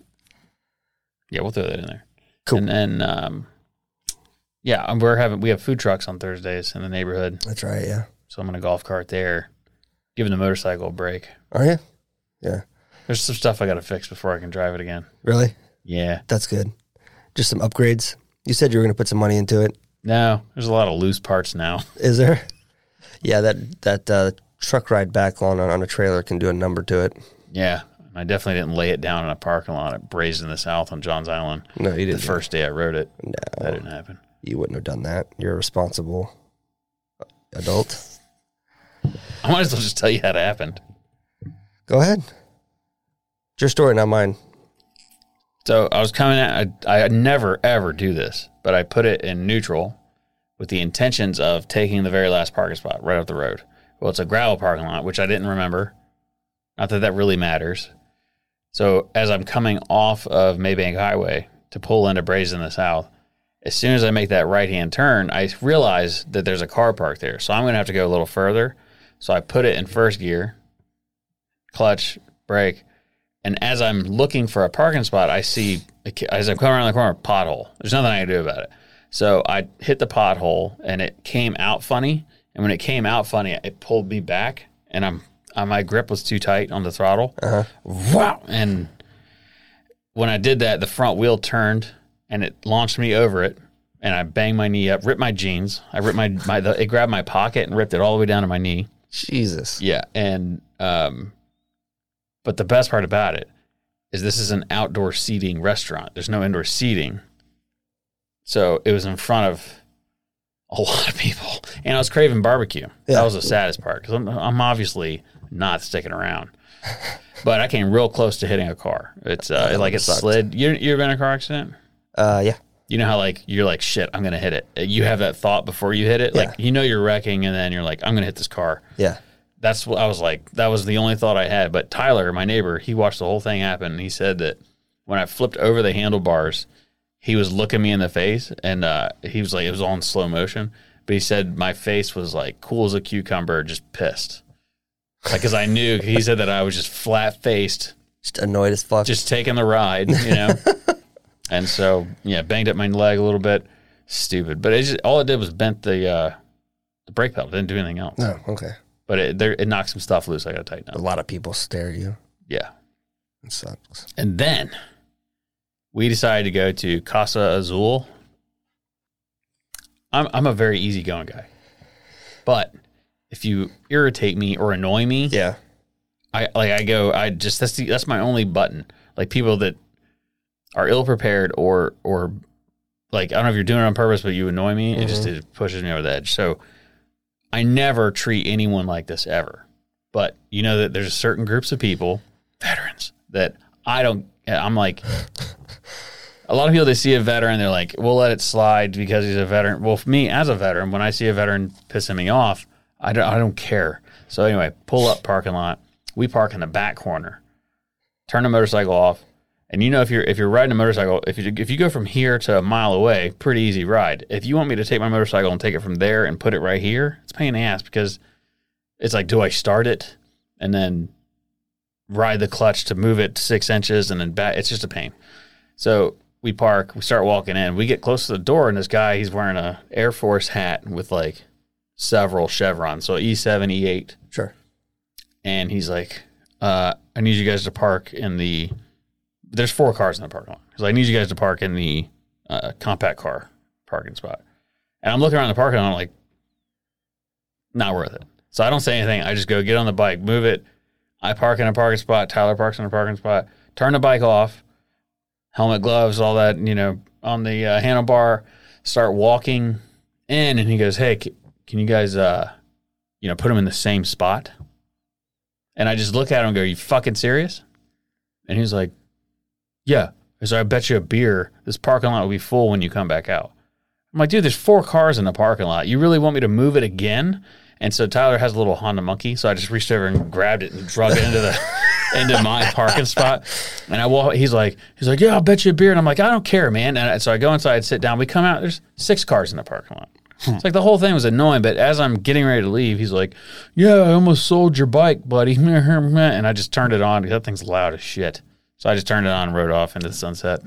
Speaker 1: Yeah, we'll throw that in there.
Speaker 2: Cool.
Speaker 1: And then, um, yeah, and we're having, we have food trucks on Thursdays in the neighborhood.
Speaker 2: That's right. Yeah.
Speaker 1: So I'm going to golf cart there, giving the motorcycle a break.
Speaker 2: Oh yeah. Yeah.
Speaker 1: There's some stuff I got to fix before I can drive it again.
Speaker 2: Really?
Speaker 1: Yeah.
Speaker 2: That's good. Just some upgrades. You said you were going to put some money into it.
Speaker 1: No, there's a lot of loose parts now.
Speaker 2: Is there? Yeah, that that uh, truck ride back on on a trailer can do a number to it.
Speaker 1: Yeah. And I definitely didn't lay it down in a parking lot at Braes in the South on Johns Island.
Speaker 2: No, you
Speaker 1: The
Speaker 2: didn't.
Speaker 1: first day I rode it, that
Speaker 2: No,
Speaker 1: didn't happen. <laughs>
Speaker 2: you wouldn't have done that. You're a responsible adult.
Speaker 1: I might as well just tell you how it happened.
Speaker 2: Go ahead. It's your story, not mine.
Speaker 1: So I was coming at, I, I never ever do this, but I put it in neutral with the intentions of taking the very last parking spot right up the road. Well, it's a gravel parking lot, which I didn't remember. Not that that really matters. So as I'm coming off of Maybank Highway to pull into Braes in the South, as soon as I make that right hand turn, I realize that there's a car parked there. So I'm going to have to go a little further. So I put it in first gear, clutch, brake, and as I'm looking for a parking spot, I see as I'm coming around the corner, a pothole. There's nothing I can do about it. So I hit the pothole, and it came out funny. And when it came out funny, it pulled me back, and I'm uh, my grip was too tight on the throttle. Wow! And when I did that, the front wheel turned, and it launched me over it. And I banged my knee up, ripped my jeans. I ripped my, my the, it grabbed my pocket and ripped it all the way down to my knee.
Speaker 2: Jesus.
Speaker 1: Yeah, and um, but the best part about it is this is an outdoor seating restaurant. There's no indoor seating, so it was in front of a <laughs> lot of people, and I was craving barbecue.
Speaker 2: Yeah.
Speaker 1: That was the saddest part because I'm, I'm obviously not sticking around. But I came real close to hitting a car. It's uh,
Speaker 2: Oh, that
Speaker 1: like it
Speaker 2: would've sucked.
Speaker 1: slid. You you ever been in a car accident?
Speaker 2: Uh, yeah.
Speaker 1: You know how like you're like shit, I'm gonna hit it. You have that thought before you hit it. Like you know you're wrecking, and then you're like, I'm gonna hit this car
Speaker 2: Yeah.
Speaker 1: that's what I was like. That was the only thought I had. But Tyler, my neighbor, he watched the whole thing happen. And he said that when I flipped over the handlebars, he was looking me in the face, and uh, he was like, it was all in slow motion. But he said my face was like cool as a cucumber, just pissed. Like, cause I knew he said that I was just flat faced,
Speaker 2: Just annoyed as fuck.
Speaker 1: just taking the ride, you know. and so, yeah, banged up my leg a little bit. Stupid, but it just, all it did was bent the uh, the brake pedal. Didn't do anything else
Speaker 2: no. Okay.
Speaker 1: but it there, it knocks some stuff loose. I got to tighten
Speaker 2: A
Speaker 1: up.
Speaker 2: lot of people stare at you.
Speaker 1: Yeah,
Speaker 2: It sucks.
Speaker 1: and then we decided to go to Casa Azul. I'm I'm a very easygoing guy, but if you irritate me or annoy me,
Speaker 2: Yeah.
Speaker 1: I like I go I just that's the, that's my only button. Like people that are ill prepared or or like I don't know if you're doing it on purpose, but you annoy me. It just it pushes me over the edge. So I never treat anyone like this ever. But you know that there's certain groups of people, veterans, that I don't. I'm like. A lot of people they see a veteran, they're like, "We'll let it slide because he's a veteran." Well, for me as a veteran, when I see a veteran pissing me off, I don't, I don't care. So anyway, pull up parking lot. We park in the back corner. Turn the motorcycle off, and you know if you're if you're riding a motorcycle, if you if you go from here to a mile away, pretty easy ride. If you want me to take my motorcycle and take it from there and put it right here, it's a pain in the ass because it's like, do I start it and then ride the clutch to move it six inches and then back. It's just a pain. So we park, we start walking in, we get close to the door, and this guy, he's wearing a Air Force hat with like several chevrons. So E E7, E8.
Speaker 2: Sure.
Speaker 1: And he's like, uh, I need you guys to park in the, there's four cars in the parking lot. He's like, I need you guys to park in the uh, compact car parking spot. And I'm looking around the parking lot, I'm like, not worth it. So I don't say anything. I just go get on the bike, move it. I park in a parking spot. Tyler parks in a parking spot. Turn the bike off. Helmet, gloves, all that, you know, on the uh, handlebar. Start walking in, and he goes, "Hey, c- can you guys, uh, you know, put them in the same spot?" And I just look at him and go, "You fucking serious?" And he's like, "Yeah." So I bet you a beer, this parking lot will be full when you come back out. I'm like, dude, there's four cars in the parking lot. You really want me to move it again? And so Tyler has a little Honda Monkey, so I just reached over and grabbed it and drug it into the <laughs> into my parking spot. And I walk. He's like, he's like, yeah, I'll bet you a beer. And I'm like, I don't care, man. And I- so I go inside, sit down. We come out. There's six cars in the parking lot. It's like the whole thing was annoying. But as I'm getting ready to leave, he's like, yeah, I almost sold your bike, buddy. <laughs> And I just turned it on. That thing's loud as shit. So I just turned it on and rode off into the sunset.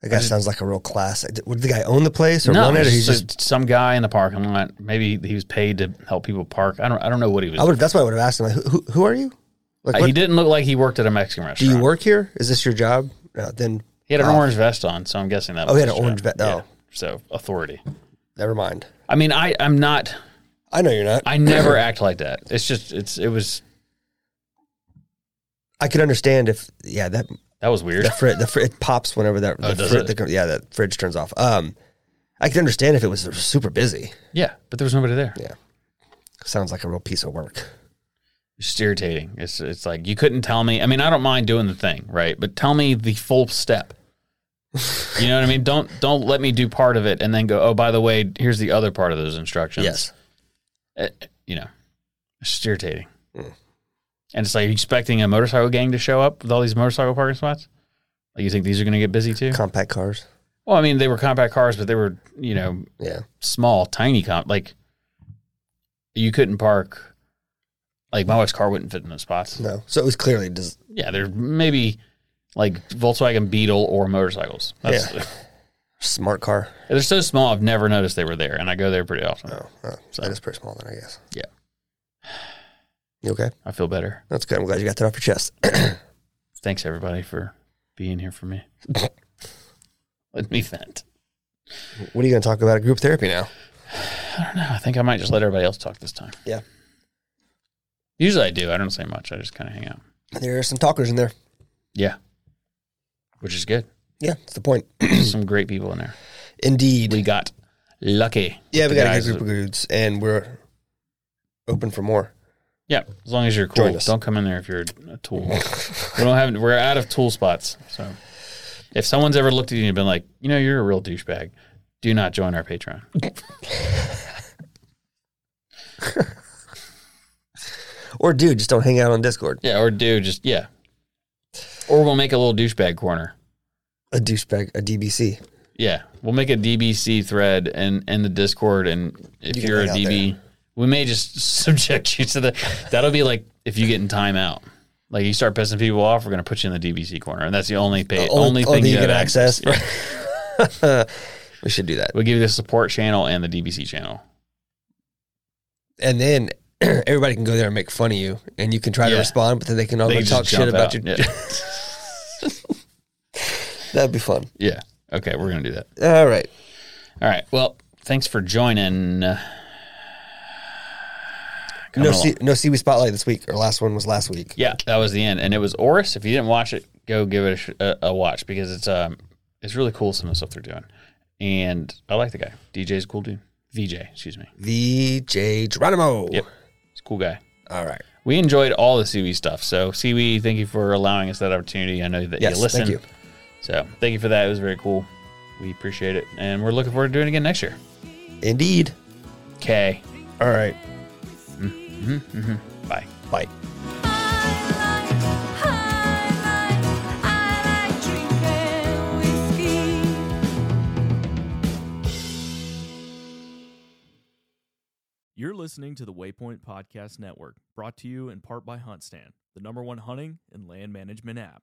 Speaker 2: That guy sounds like a real classic. Did, would the guy own the place or run it? Or
Speaker 1: it's
Speaker 2: he's just.
Speaker 1: just some guy in the parking lot. Maybe he was paid to help people park. I don't. I don't know what he was.
Speaker 2: I would. That's what I would have asked him. Like, who, who- who are you? Like,
Speaker 1: he
Speaker 2: what,
Speaker 1: didn't look like he worked at a Mexican
Speaker 2: do
Speaker 1: restaurant.
Speaker 2: you work here? Is this your job? No, then
Speaker 1: He had an
Speaker 2: Oh.
Speaker 1: orange vest on, so I'm guessing that.
Speaker 2: Oh, he had
Speaker 1: his
Speaker 2: an orange
Speaker 1: job.
Speaker 2: vest- oh.
Speaker 1: so authority.
Speaker 2: Ah, never mind.
Speaker 1: I mean, I I'm not.
Speaker 2: I know you're not.
Speaker 1: I
Speaker 2: <coughs>
Speaker 1: never act like that. It's just it's it was
Speaker 2: I could understand if yeah that
Speaker 1: that was weird.
Speaker 2: the fridge the fr- it pops whenever that
Speaker 1: Oh,
Speaker 2: the
Speaker 1: does
Speaker 2: fri-
Speaker 1: it?
Speaker 2: the- yeah that fridge turns off. Um, I could understand if it was super busy.
Speaker 1: yeah, but there was nobody there.
Speaker 2: Sounds like a real piece of work.
Speaker 1: It's just irritating. It's it's like you couldn't tell me. I mean, I don't mind doing the thing, right? But tell me the full step. you know what I mean? Don't don't let me do part of it and then go. Oh, by the way, here's the other part of those instructions.
Speaker 2: Yes.
Speaker 1: uh, you know, it's just irritating. And it's like, are you expecting a motorcycle gang to show up with all these motorcycle parking spots? Like, you think these are going to get busy too?
Speaker 2: Compact cars.
Speaker 1: well, I mean, they were compact cars, but they were, you know,
Speaker 2: Yeah.
Speaker 1: small, tiny comp. Like, you couldn't park. Like my wife's car wouldn't fit in those spots.
Speaker 2: No. So it was clearly just
Speaker 1: Yeah, they're maybe like Volkswagen Beetle or motorcycles. That's,
Speaker 2: smart car.
Speaker 1: <laughs>
Speaker 2: Oh,
Speaker 1: They're so small. I've never noticed they were there, and I go there pretty often.
Speaker 2: No. no.
Speaker 1: So-
Speaker 2: That is pretty small then, I guess.
Speaker 1: Yeah.
Speaker 2: You okay?
Speaker 1: I feel better.
Speaker 2: That's good. I'm glad you got that off your chest. <clears throat>
Speaker 1: Thanks everybody for being here for
Speaker 2: <laughs>
Speaker 1: me. Let me vent.
Speaker 2: what are you going to talk about at group therapy now?
Speaker 1: I don't know. I think I might just let everybody else talk this time.
Speaker 2: Yeah.
Speaker 1: Usually I do. I don't say much. I just kind of hang out.
Speaker 2: There are some talkers in there.
Speaker 1: Yeah. Which is good. <clears throat>
Speaker 2: Yeah, that's the point.
Speaker 1: Some great people in there.
Speaker 2: Indeed.
Speaker 1: We got lucky.
Speaker 2: yeah, we
Speaker 1: with the
Speaker 2: got a
Speaker 1: guys.
Speaker 2: good group of dudes, and we're open for more.
Speaker 1: Yeah, as long as you're
Speaker 2: Join
Speaker 1: cool.
Speaker 2: us.
Speaker 1: Don't come in there if you're a tool. we don't have. We're out of tool spots. So if someone's ever looked at you and been like, you know, you're a real douchebag, do not join our Patreon.
Speaker 2: Or, dude, just don't hang out on Discord.
Speaker 1: Yeah, or do just yeah. Or we'll make a little douchebag corner.
Speaker 2: A douchebag, a DBC.
Speaker 1: Yeah, we'll make a DBC thread and and the Discord, and if
Speaker 2: You can
Speaker 1: you are a
Speaker 2: hang out
Speaker 1: DB, we may just <laughs> subject you to the. That'll be like if you get in timeout. Like you start pissing people off, we're gonna put you in the DBC corner, and that's the only
Speaker 2: Uh,
Speaker 1: pay, only, thing you,
Speaker 2: can
Speaker 1: have
Speaker 2: access. <laughs> we should do that.
Speaker 1: We'll give you the support channel and the DBC channel.
Speaker 2: And then <clears throat> everybody can go there and make fun of you, and you can try to
Speaker 1: Yeah.
Speaker 2: respond, but then they can all
Speaker 1: They
Speaker 2: go
Speaker 1: just
Speaker 2: talk shit
Speaker 1: jump
Speaker 2: about
Speaker 1: out.
Speaker 2: your. <laughs>
Speaker 1: Yeah.
Speaker 2: That'd be fun.
Speaker 1: yeah. Okay, we're gonna do that.
Speaker 2: All right.
Speaker 1: All right. Well, thanks for joining. Uh, coming
Speaker 2: No,
Speaker 1: along.
Speaker 2: C, no Seaweed Spotlight this week. Our last one was last week.
Speaker 1: Yeah, that was the end, and it was Oris. If you didn't watch it, go give it a, sh- a, a watch because it's um it's really cool some of the stuff they're doing, and I like the guy. DJ's a cool dude. VJ, excuse me,
Speaker 2: VJ Geronimo.
Speaker 1: Yep. he's a cool guy.
Speaker 2: All right.
Speaker 1: We enjoyed all the Seaweed stuff. So Seaweed, thank you for allowing us that opportunity. I know that
Speaker 2: Yes,
Speaker 1: you listen.
Speaker 2: thank you.
Speaker 1: So thank you for that. It was very cool. We appreciate it, and we're looking forward to doing it again next year.
Speaker 2: Indeed.
Speaker 1: Okay,
Speaker 2: All right.
Speaker 1: bye.
Speaker 2: Bye.
Speaker 3: Whiskey.
Speaker 6: You're listening to the Waypoint Podcast Network, brought to you in part by HuntStand, the number one hunting and land management app.